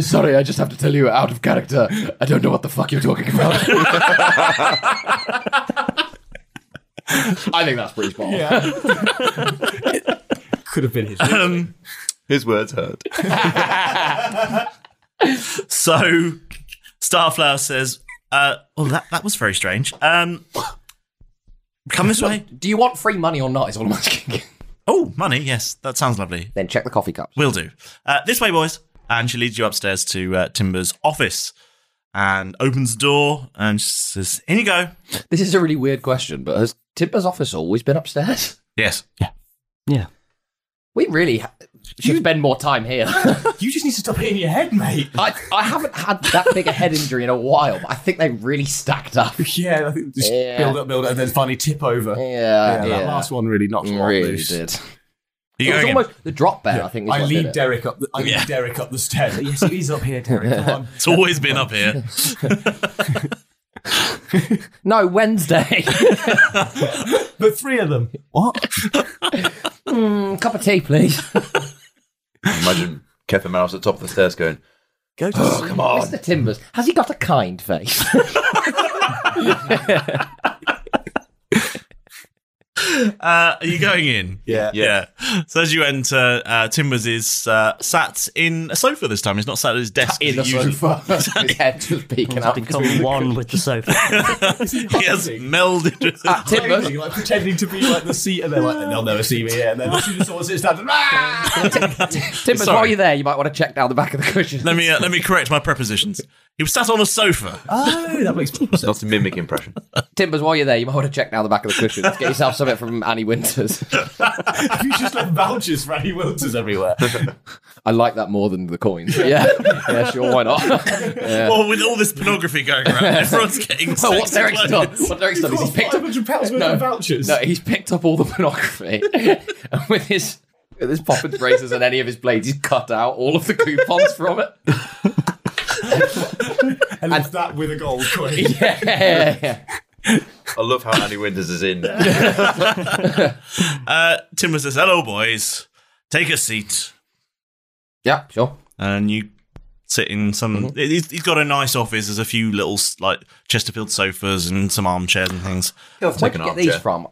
S1: Sorry, I just have to tell you out of character. I don't know what the fuck you're talking about. I think that's pretty spot on.
S14: Could have been his.
S2: Um,
S6: His words hurt.
S2: so Starflower says, uh, "Oh, that that was very strange. Um, come this way.
S1: Do you want free money or not? Is all I'm asking.
S2: Oh, money. Yes, that sounds lovely.
S1: then check the coffee cups.
S2: Will do. Uh, this way, boys." And she leads you upstairs to uh, Timber's office and opens the door and she says, "In you go."
S1: This is a really weird question, but has Timber's office always been upstairs?
S2: Yes.
S5: Yeah.
S1: We really ha- should spend more time here.
S9: you just need to stop hitting your head, mate.
S1: I, I haven't had that big a head injury in a while, but I think they really stacked up.
S9: Yeah, I think just
S1: Yeah.
S9: build up, build up, and then finally tip over.
S1: Yeah,
S9: that
S1: yeah.
S9: last one really knocked me
S1: Really
S9: loose.
S1: did. it was
S9: You go again.
S1: almost the drop bear. I think. Is
S9: I
S1: what did
S9: lead
S1: it.
S9: Derek up. The, I lead
S1: Yeah.
S9: Derek up the stairs. yes, it is up here, Derek. Come on.
S2: It's always been up here.
S1: No, Wednesday.
S9: the three of them. What?
S1: mm, cup of tea, please.
S6: Imagine Kevin Mouse at the top of the stairs going,
S1: Go to
S6: oh, come on.
S1: Mr. Timbers. Has he got a kind face?
S2: Uh, are you going in?
S9: Yeah.
S2: Yeah. So as you enter, uh, Timbers is uh, sat in a sofa this time. He's not sat at his desk.
S1: in a
S2: as usual.
S1: sofa. His head just peeking out.
S5: Become one with the sofa.
S2: he has melded with
S9: Pretending, like pretending to be like the seat, and they're like, they'll never see me. Yeah, and then as soon as someone sits down, just, "Ah!"
S1: Timbers,
S2: Sorry.
S1: while you're there, you might want to check down the back of the cushion.
S2: Let me uh, let me correct my prepositions. He was sat on a sofa.
S9: Oh, that makes
S6: Not a mimic impression.
S1: Timbers, while you're there, you might want to check down the back of the cushions. Get yourself something from Annie Winters.
S9: you just left vouchers for Annie Wilters everywhere.
S1: I like that more than the coins. But yeah, yeah, sure, why not? Yeah.
S2: Well, with all this pornography going around, everyone's getting.
S1: Well, what's
S2: sexy
S1: Derek's done?
S2: clothes.
S1: What Derek's done is he's picked up
S9: pounds worth of vouchers.
S1: No, he's picked up all the pornography and with his with his poppet razors and any of his blades, he's cut out all of the coupons from it.
S9: and it's that with a gold coin.
S1: Yeah.
S6: I love how Andy Winters is in there.
S2: Uh, Timber says, "Hello, boys. Take a seat."
S1: Yeah, sure. Mm-hmm.
S2: And you sit in some. He's, he's got a nice office. There's a few little like Chesterfield sofas and some armchairs and things.
S1: Where'd you get these from?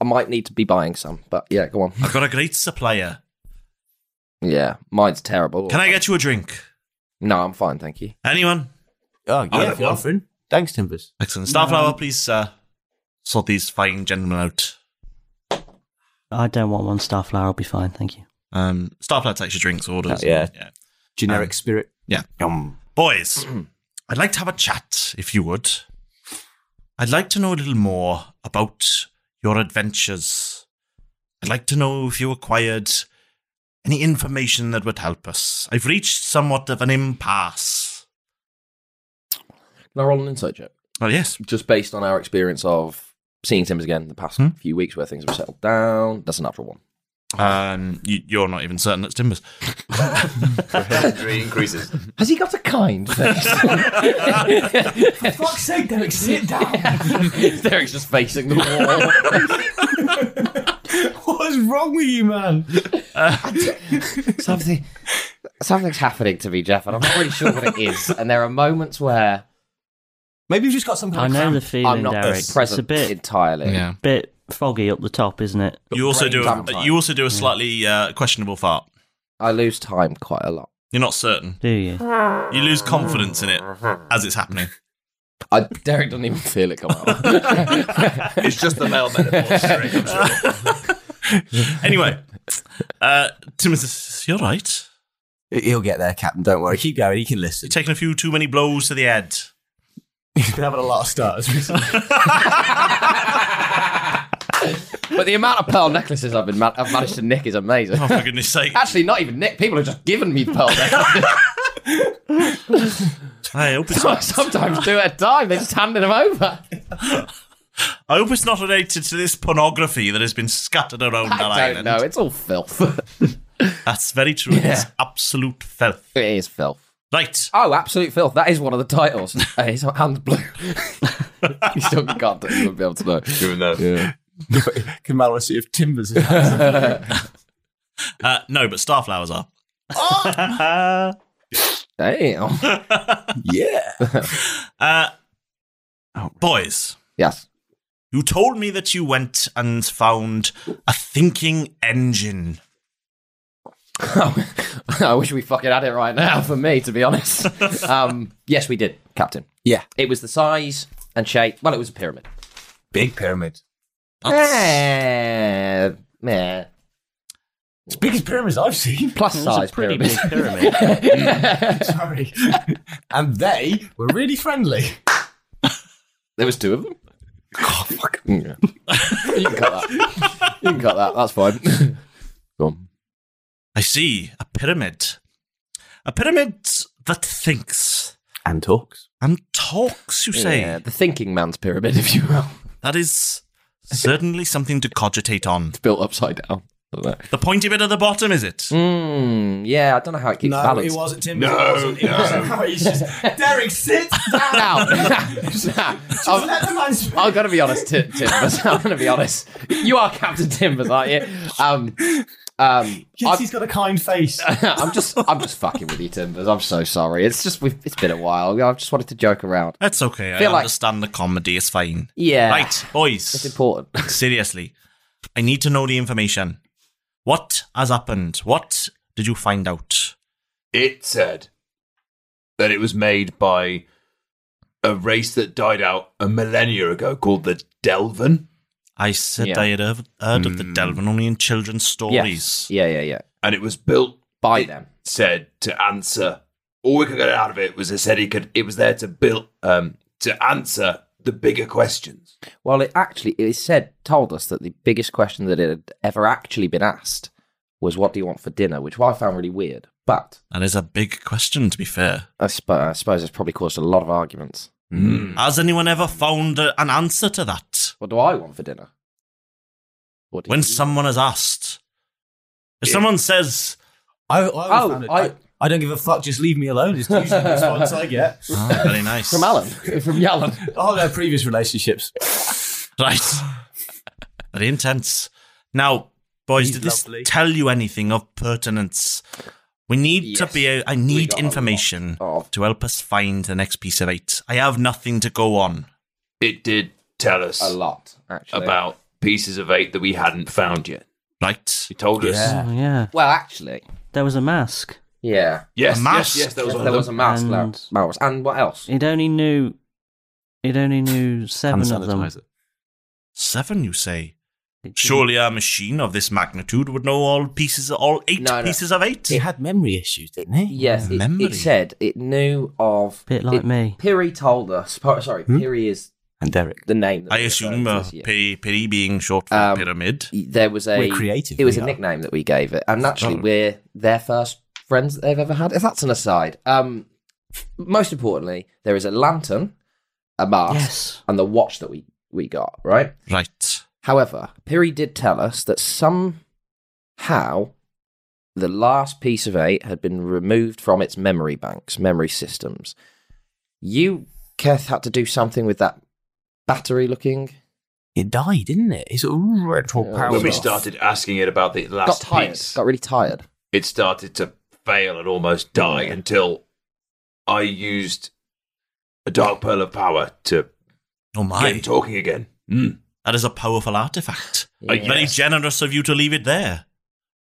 S1: I might need to be buying some, but yeah, go on.
S2: I've got a great supplier.
S1: Yeah, mine's terrible.
S2: Can I get you a drink?
S1: No, I'm fine, thank you.
S2: Anyone?
S4: Oh, yeah,
S2: I'll-
S4: if you're offering. Thanks, Timbers.
S2: Excellent. Starflower, please uh, sort these fine gentlemen out.
S5: I don't want one starflower. I'll be fine, thank you.
S2: Um, Starflower takes your drinks orders.
S1: Uh,
S2: Um,
S5: Oh, yeah.
S2: Generic spirit. Yeah. Boys, I'd like to have a chat, if you would. I'd like to know a little more about your adventures. I'd like to know if you acquired any information that would help us. I've reached somewhat of an impasse.
S1: Can I roll an insight check?
S2: Oh yes.
S1: Just based on our experience of seeing Timbers again the past few weeks where things have settled down. That's a natural one.
S2: Um, you, you're not even certain that's Timbers.
S6: Three increases.
S1: Has he got a kind face?
S9: For fuck's sake, Derek, sit down.
S1: Derek's just facing the wall.
S9: What is wrong with you, man?
S1: Something, something's happening to me, Jeff, and I'm not really sure what it is. And there are moments where
S9: Maybe you've just got some
S5: I
S9: kind of.
S5: know the
S9: cramp.
S5: feeling,
S1: I'm not
S5: Derek. It's a
S1: present
S5: bit
S1: entirely.
S2: Yeah.
S5: bit foggy up the top, isn't it?
S2: You also do. A,
S1: vampire.
S2: you also do a slightly uh, questionable fart.
S1: I lose time quite a lot.
S2: You're not certain.
S5: Do you?
S2: You lose confidence in it as it's happening.
S1: I, Derek doesn't even feel it come out.
S6: It's just the male metaphor. Sorry, I'm sorry.
S2: Anyway, uh, Timothy, you're right.
S4: He'll get there, Captain. Don't worry. Keep going. He can listen.
S2: You're taking a few too many blows to the head.
S9: He's been having a lot of stars recently.
S1: but the amount of pearl necklaces I've been ma- I've managed to nick is amazing.
S2: Oh, for goodness sake.
S1: Actually, not even nick. People have just given me pearl necklaces.
S2: I hope it's not,
S1: Sometimes two at a time. They just handed them over.
S2: I hope it's not related to this pornography that has been scattered around that
S1: I don't
S2: island.
S1: know. It's all filth.
S2: That's very true. It's absolute filth.
S1: it is filth.
S2: Right.
S1: Oh, absolute filth. That is one of the titles. Uh, His hand's blue. you still can't you wouldn't be able to know.
S6: Doing that.
S9: Can Mallory see if Timbers is
S2: Uh, no, but starflowers are.
S1: Damn.
S9: Yeah.
S2: Uh, boys,
S1: Yes.
S2: you told me that you went and found a thinking engine.
S1: I wish we fucking had it right now for me, to be honest. Um, yes, we did, Captain.
S4: Yeah.
S1: It was the size and shape. Well, it was a pyramid.
S4: Big pyramid.
S1: Eh, meh.
S9: It's the biggest pyramids I've seen.
S1: Plus size
S5: Pretty
S1: pyramid.
S5: big pyramid.
S9: Sorry. and they were really friendly.
S1: There was two of them. Oh, fuck. Yeah. you can cut that. You can cut that. That's fine. Go on.
S2: I see a pyramid. A pyramid that thinks.
S21: And talks.
S2: And talks, you say?
S1: Yeah, the thinking man's pyramid, if you will.
S2: That is certainly something to cogitate on. It's
S1: built upside down.
S2: The pointy bit at the bottom, is it?
S1: Mm, yeah, I don't know how it keeps
S9: No,
S1: balance.
S9: it wasn't Tim.
S1: No,
S9: it
S2: Oh,
S9: wasn't. It
S1: no.
S9: wasn't. It's just Derek sits down.
S1: Just
S9: let the man speak.
S1: Oh. I've got to be honest, Tim. Timbers. I'm going to be honest. You are Captain Timbers, aren't you? Um, um,
S9: Yes, he's got a kind face.
S1: I'm just, I'm just fucking with you, Timbers. I'm so sorry. It's just, we've, it's been a while. I just wanted to joke around.
S2: That's okay.
S1: Feel
S2: I
S1: like-
S2: understand the comedy. It's fine.
S1: Yeah.
S2: Right, boys. It's
S1: important.
S2: Seriously, I need to know the information. What has happened? What did you find out?
S4: It said that it was made by a race that died out a millennia ago called the Delvin.
S2: I said I had heard heard of the
S9: Hmm.
S2: Delvin only in children's stories.
S1: Yeah, yeah, yeah.
S4: And it was built
S1: by them.
S4: Said to answer. All we could get out of it was it said he could. It was there to build um, to answer the bigger questions.
S1: Well, it actually, it said, told us that the biggest question that it had ever actually been asked was, "What do you want for dinner?" Which I found really weird. But
S2: That is a big question, to be fair.
S1: I, sp- I suppose it's probably caused a lot of arguments.
S2: Has anyone ever found a, an answer to that?
S1: Hmm. What do I want for dinner?
S2: when someone has asked, if someone says,
S9: I,
S1: Oh,
S9: I, found it- I, I don't give a fuck. Just leave me alone. It's usually the response I get.
S2: Ah, very nice.
S1: From Alan. From Yalan.
S9: Oh, no, previous relationships.
S2: Right. Very intense. Now, boys,
S9: He's
S2: did this
S9: lovely.
S2: tell you anything of pertinence? We need to be. a- I need information to help us find the next piece of eight. I have nothing to go on.
S4: It did tell us
S1: a lot actually
S4: about pieces of eight that we hadn't found yet.
S2: Right?
S4: He told us.
S5: Oh, yeah.
S1: Well, actually,
S5: There was a mask.
S1: Yeah.
S4: Yes, A yes, mask? yes, there was one
S1: there
S4: of
S1: was a
S4: them.
S1: mask.
S5: And-
S1: And... Mouse. And what else?
S5: It only knew. It only knew seven of them.
S2: Seven, you say? Surely a machine of this magnitude would know all pieces, all eight pieces of eight.
S1: It
S9: had memory issues, didn't it?
S1: Yes, it- it,
S2: Memory.
S1: said it knew of.
S5: Bit like
S1: it-
S5: me.
S1: Piri told us. Pi- sorry,
S9: Hmm?
S1: Piri is
S9: and Derek.
S1: the name.
S2: I assume uh, Piri Piri being short for pyramid.
S1: There was a.
S2: We're creative,
S1: It was
S2: we
S1: a
S2: are.
S1: nickname that we gave it, and naturally,
S2: Oh.
S1: we're their first friends that they've ever had. If that's an aside. Um, most importantly, there is a lantern, a mask, and the watch that we we got right.
S2: Right.
S1: However, Piri did tell us that somehow the last piece of eight had been removed from its memory banks, memory systems. You, Keth, had to do something with that battery looking.
S9: It died, didn't it? It's all retro
S4: When we Uh, started asking it about the last
S1: got tired.
S4: piece,
S1: Got really tired.
S4: it started to fail and almost die until I used a dark pearl of power to
S2: Oh my.
S4: get it talking again.
S2: Hmm. That is a powerful artifact.
S4: Uh, yes.
S2: Very generous of you to leave it there.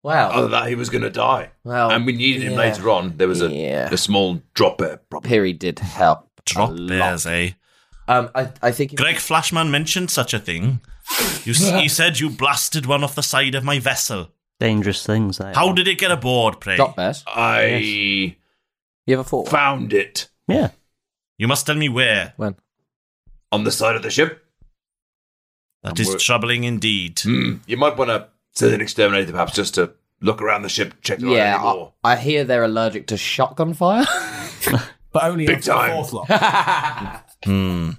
S1: Wow.
S4: Other than that, he was going to die,
S1: Well,
S4: and we needed him
S1: yeah.
S4: later on. There was a, a small drop bear problem.
S1: Piri did help.
S2: Drop bears, eh?
S1: Um, I, I think.
S2: Greg Flashman mentioned such a thing. You, s- he said you blasted one off the side of my vessel.
S5: Dangerous things. That.
S2: How did it get aboard, pray?
S5: Drop bears.
S4: I
S1: you ever thought
S4: found it
S5: Yeah.
S2: You must tell me where.
S1: When?
S4: on the side of the ship.
S2: That
S4: And
S2: is
S4: we're-
S2: troubling indeed.
S4: Hmm. You might want to send an exterminator, perhaps, just to look around the ship, check there
S1: Yeah,
S4: are any more.
S1: I, I hear they're allergic to shotgun fire.
S9: but only
S4: Big
S9: after
S4: time.
S9: the fourth lot.
S2: Hmm.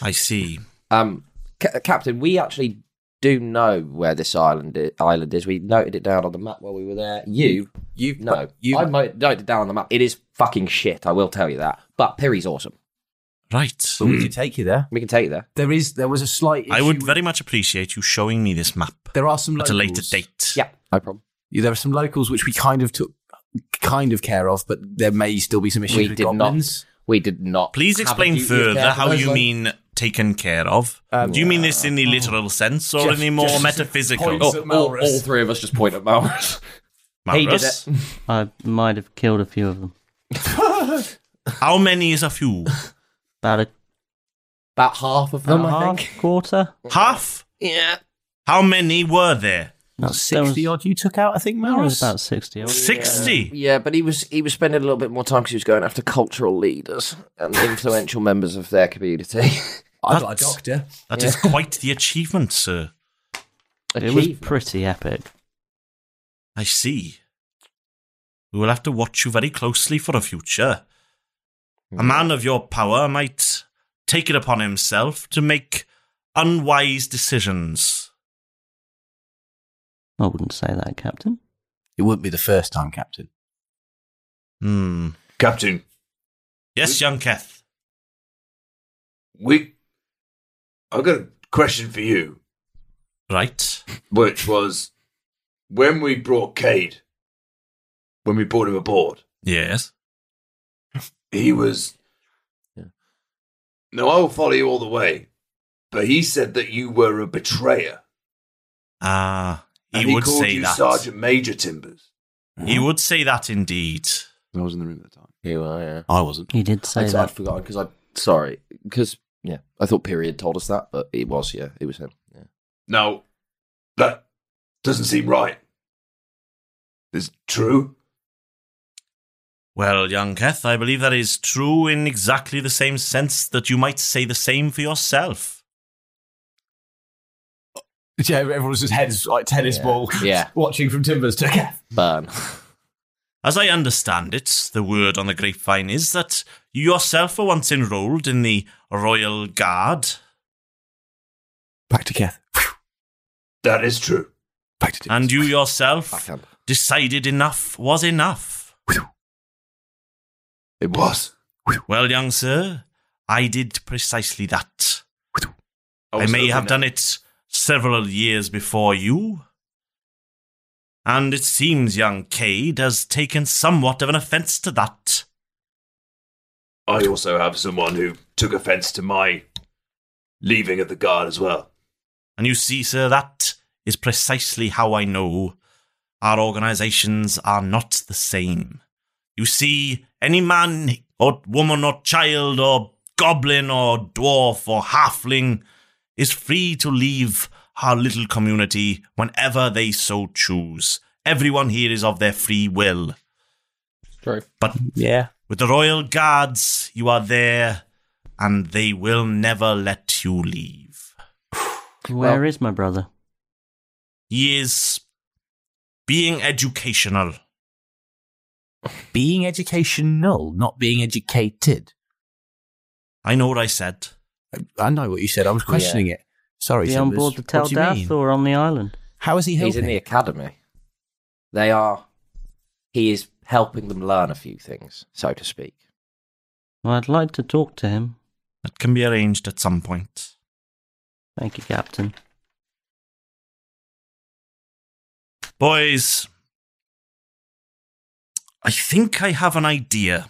S2: I see.
S1: Um, C- Captain, we actually do know where this island i- island is. We noted it down on the map while we were there. You, you no, you. I mo- noted it down on the map. It is fucking shit. I will tell you that. But Piri's awesome.
S2: Right.
S9: But we can take you there.
S1: We can take you there.
S9: There is. There was a slight.
S2: I would very much appreciate you showing me this map
S9: There are some
S2: at
S9: locals.
S2: a later date.
S1: Yeah, no problem.
S9: Yeah, there are some locals which we kind of took kind of care of, but there may still be some issues
S1: We
S9: with
S1: did not.
S9: goblins.
S1: We did not.
S2: Please
S1: have a
S2: explain
S1: duty of care
S2: further
S1: for
S2: how
S1: those Um, oh.
S2: you
S1: lo-
S2: mean taken care of. Do you mean this in the literal sense or
S1: Jeff-
S2: in the more
S1: Jeff
S2: metaphysical?
S1: points at Malrus. All three of us just point at Malrus. He did
S2: Malrus?
S1: it.
S5: I might have killed a few of them.
S2: How many is a few?
S5: About a
S1: About half of them,
S5: About
S1: I
S5: half,
S1: think.
S5: quarter.
S2: Uh-huh. Half?
S1: Yeah.
S2: How many were there?
S5: Not
S9: sixty odd you took out, I think,
S5: There
S9: Maris.
S5: was about sixty. odd.
S2: 60?
S1: Yeah, but he was he was spending a little bit more time because he was going after cultural leaders and influential members of their community.
S9: I got a
S2: That's-
S9: doctor.
S2: That is quite the achievement, sir.
S5: It was pretty epic.
S2: I see. We will have to watch you very closely for the future. A man of your power might take it upon himself to make unwise decisions.
S5: I wouldn't say that, Captain.
S22: It wouldn't be the first time, Captain.
S2: Hmm.
S4: Captain,
S2: Yes, young Keth.
S4: we. I've got a question for you,
S2: Right.
S4: which was when we brought Cade, when we brought him aboard,
S2: Yes.
S4: he was. No, I will follow you all the way, but he said that you were a betrayer.
S2: Ah, he
S4: and he
S2: would
S4: called
S2: say
S4: you
S2: that.
S4: Sergeant Major Timbers. Mm-hmm.
S2: He would say that indeed.
S22: I was in the room at the time.
S1: You were, yeah.
S2: I wasn't.
S5: You did say
S1: I'd,
S5: that.
S1: I'd forgotten because I. Sorry, because yeah, I thought period told us that, but it was yeah, it was him. Yeah.
S4: Now, that doesn't seem right. Is it true?
S2: Well, young Keth, I believe that is true in exactly the same sense that you might say the same for yourself.
S9: Yeah, everyone's just heads like tennis ball.
S1: Yeah.
S9: watching from Timbers to Kath.
S1: Burn.
S2: As I understand it, the word on the grapevine is that you yourself were once enrolled in the Royal Guard.
S9: Back to Kath.
S4: That is true.
S2: And you yourself decided enough was enough.
S4: It was.
S2: Well, young sir, I did precisely that.
S4: I
S2: I
S4: was
S2: may
S4: hoping
S2: have
S4: that-
S2: done it several years before you. And it seems young Cade has taken somewhat of an offence to that.
S4: I also have someone who took offence to my leaving of the guard as well.
S2: And you see, sir, that is precisely how I know our organisations are not the same. You see, any man or woman or child or goblin or dwarf or halfling is free to leave our little community whenever they so choose. Everyone here is of their free will.
S1: True.
S2: But
S23: Yeah.
S2: with the royal guards, you are there, and they will never let you leave.
S5: Where is my brother?
S2: He is being educational.
S24: Being educational, not being educated.
S2: I know what I said.
S24: I know what you said. I was
S22: questioning
S24: it. Sorry,
S5: Be on board the Tel Death or on the island?
S24: How is he
S1: He's in the academy. They are. He is helping them learn a few things, so to speak.
S5: Well, I'd like to talk to him.
S2: That can be arranged at some point.
S5: Thank you, Captain.
S2: Boys, I think I have an idea.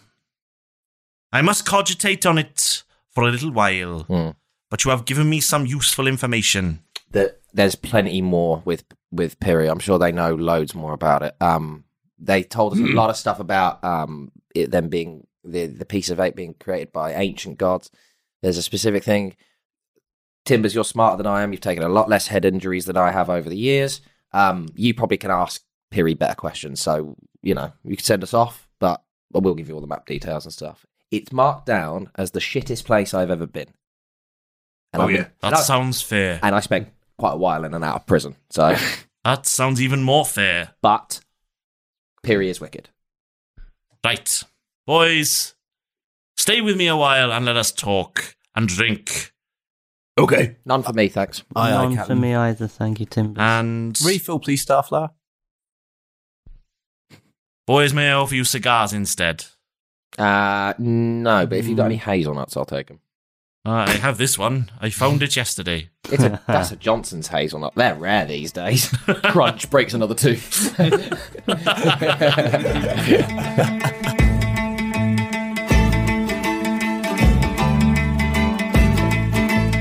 S2: I must cogitate on it for a little while, but you have given me some useful information.
S1: That there's plenty more with with Piri. I'm sure they know loads more about it. Um, they told us a lot of stuff about um it them being the the piece of eight being created by ancient gods. There's a specific thing. Timbers, you're smarter than I am. You've taken a lot less head injuries than I have over the years. Um, you probably can ask Piri better questions. So you know you can send us off, but we'll give you all the map details and stuff. It's marked down as the shittest place I've ever been.
S2: Oh,
S1: I've been-
S2: yeah. That
S1: and I-
S2: sounds fair.
S1: And I spent quite a while in and out of prison. So,
S2: That sounds even more fair.
S1: but Piri is wicked.
S2: Right. Boys, stay with me a while and let us talk and drink.
S4: Okay.
S1: None for me, thanks.
S5: None for me either, thank you, Tim.
S2: And
S24: Refill, please, Starflower.
S2: boys, may I offer you cigars instead?
S1: Uh, no, but if you've got
S2: Mm.
S1: any hazelnuts, I'll take them.
S2: Ah, I have this one. I found it yesterday.
S1: It's a, that's a Johnson's hazelnut. They're rare these days. Crunch breaks another two.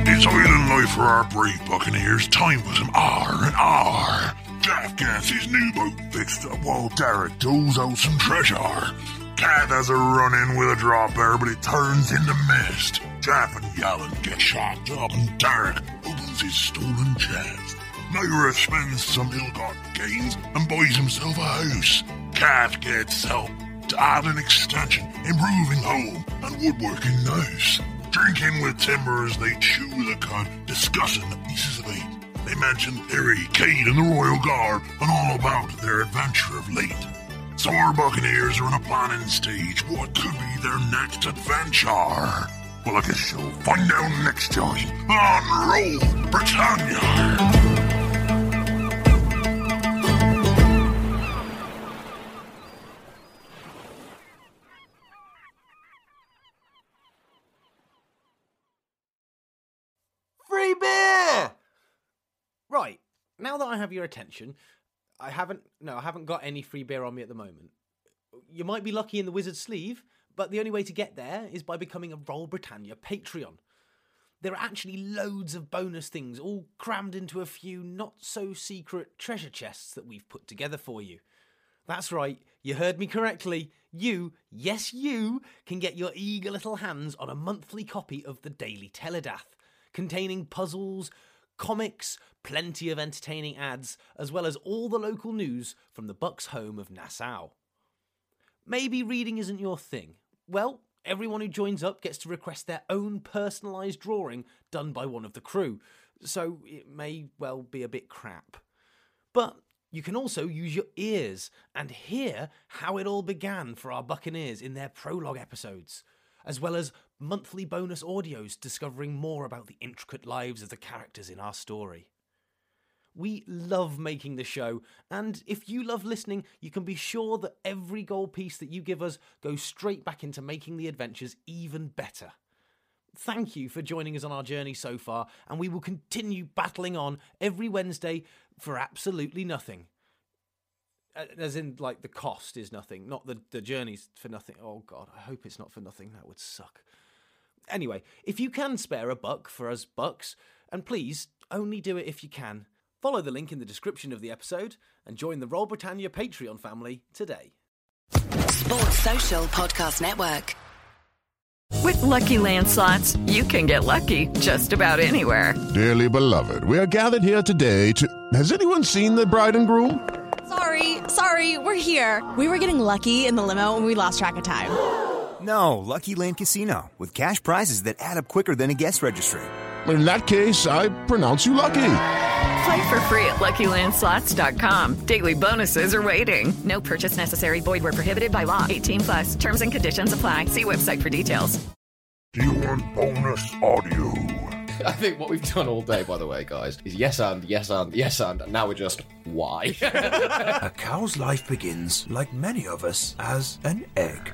S25: It's island life for our brave buccaneers. Time for some R and R. Jack gets his new boat fixed up while Derek doles out some treasure. Cat has a run-in with a drop bear, but it turns into mist. Jack and Yellen get shocked up, and Derek opens his stolen chest. Myra spends some ill-gotten gains and buys himself a house. Cat gets help to add an extension, improving home and woodworking house. Drinking with Timber as they chew the cud, discussing the pieces of eight. They imagine Harry, Kate, and the Royal Guard and all about their adventure of late. So our Buccaneers are in a planning stage. What could be their next adventure? Well, I guess she'll find out next time on Roll Britannia.
S17: Free beer! Right, now that I have your attention, I haven't no, I haven't got any free beer on me at the moment. You might be lucky in the wizard's sleeve, but the only way to get there is by becoming a Roll Britannia Patreon. There are actually loads of bonus things all crammed into a few not so secret treasure chests that we've put together for you. That's right, you heard me correctly. You, yes, you, can get your eager little hands on a monthly copy of the Daily Teledath, containing puzzles, comics, plenty of entertaining ads, as well as all the local news from the Bucks home of Nassau. Maybe reading isn't your thing. Well, everyone who joins up gets to request their own personalised drawing done by one of the crew, so it may well be a bit crap. But you can also use your ears and hear how it all began for our Buccaneers in their prologue episodes, as well as monthly bonus audios discovering more about the intricate lives of the characters in our story. We love making the show, and if you love listening, you can be sure that every gold piece that you give us goes straight back into making the adventures even better. Thank you for joining us on our journey so far, and we will continue battling on every Wednesday for absolutely nothing. A- As in, like, the cost is nothing, not the, the journey's for nothing. Oh, God, I hope it's not for nothing. That would suck. Anyway, if you can spare a buck for us bucks, and please only do it if you can, follow the link in the description of the episode and join the Roll Britannia Patreon family today.
S26: Sports Social Podcast Network. With Lucky Land slots, you can get lucky just about anywhere.
S25: Dearly beloved, we are gathered here today to. Has anyone seen the bride and groom?
S27: Sorry, sorry, we're here. We were getting lucky in the limo and we lost track of time.
S28: No, Lucky Land Casino, with cash prizes that add up quicker than a guest registry.
S25: In that case, I pronounce you lucky.
S26: Play for free at LuckyLandSlots.com. Daily bonuses are waiting. No purchase necessary. Void were prohibited by law. 18 plus. Terms and conditions apply. See website for details.
S25: Do you want bonus audio?
S1: I think what we've done all day, by the way, guys, is yes and yes and yes and, and now we're just why.
S4: a cow's life begins, like many of us, as an egg.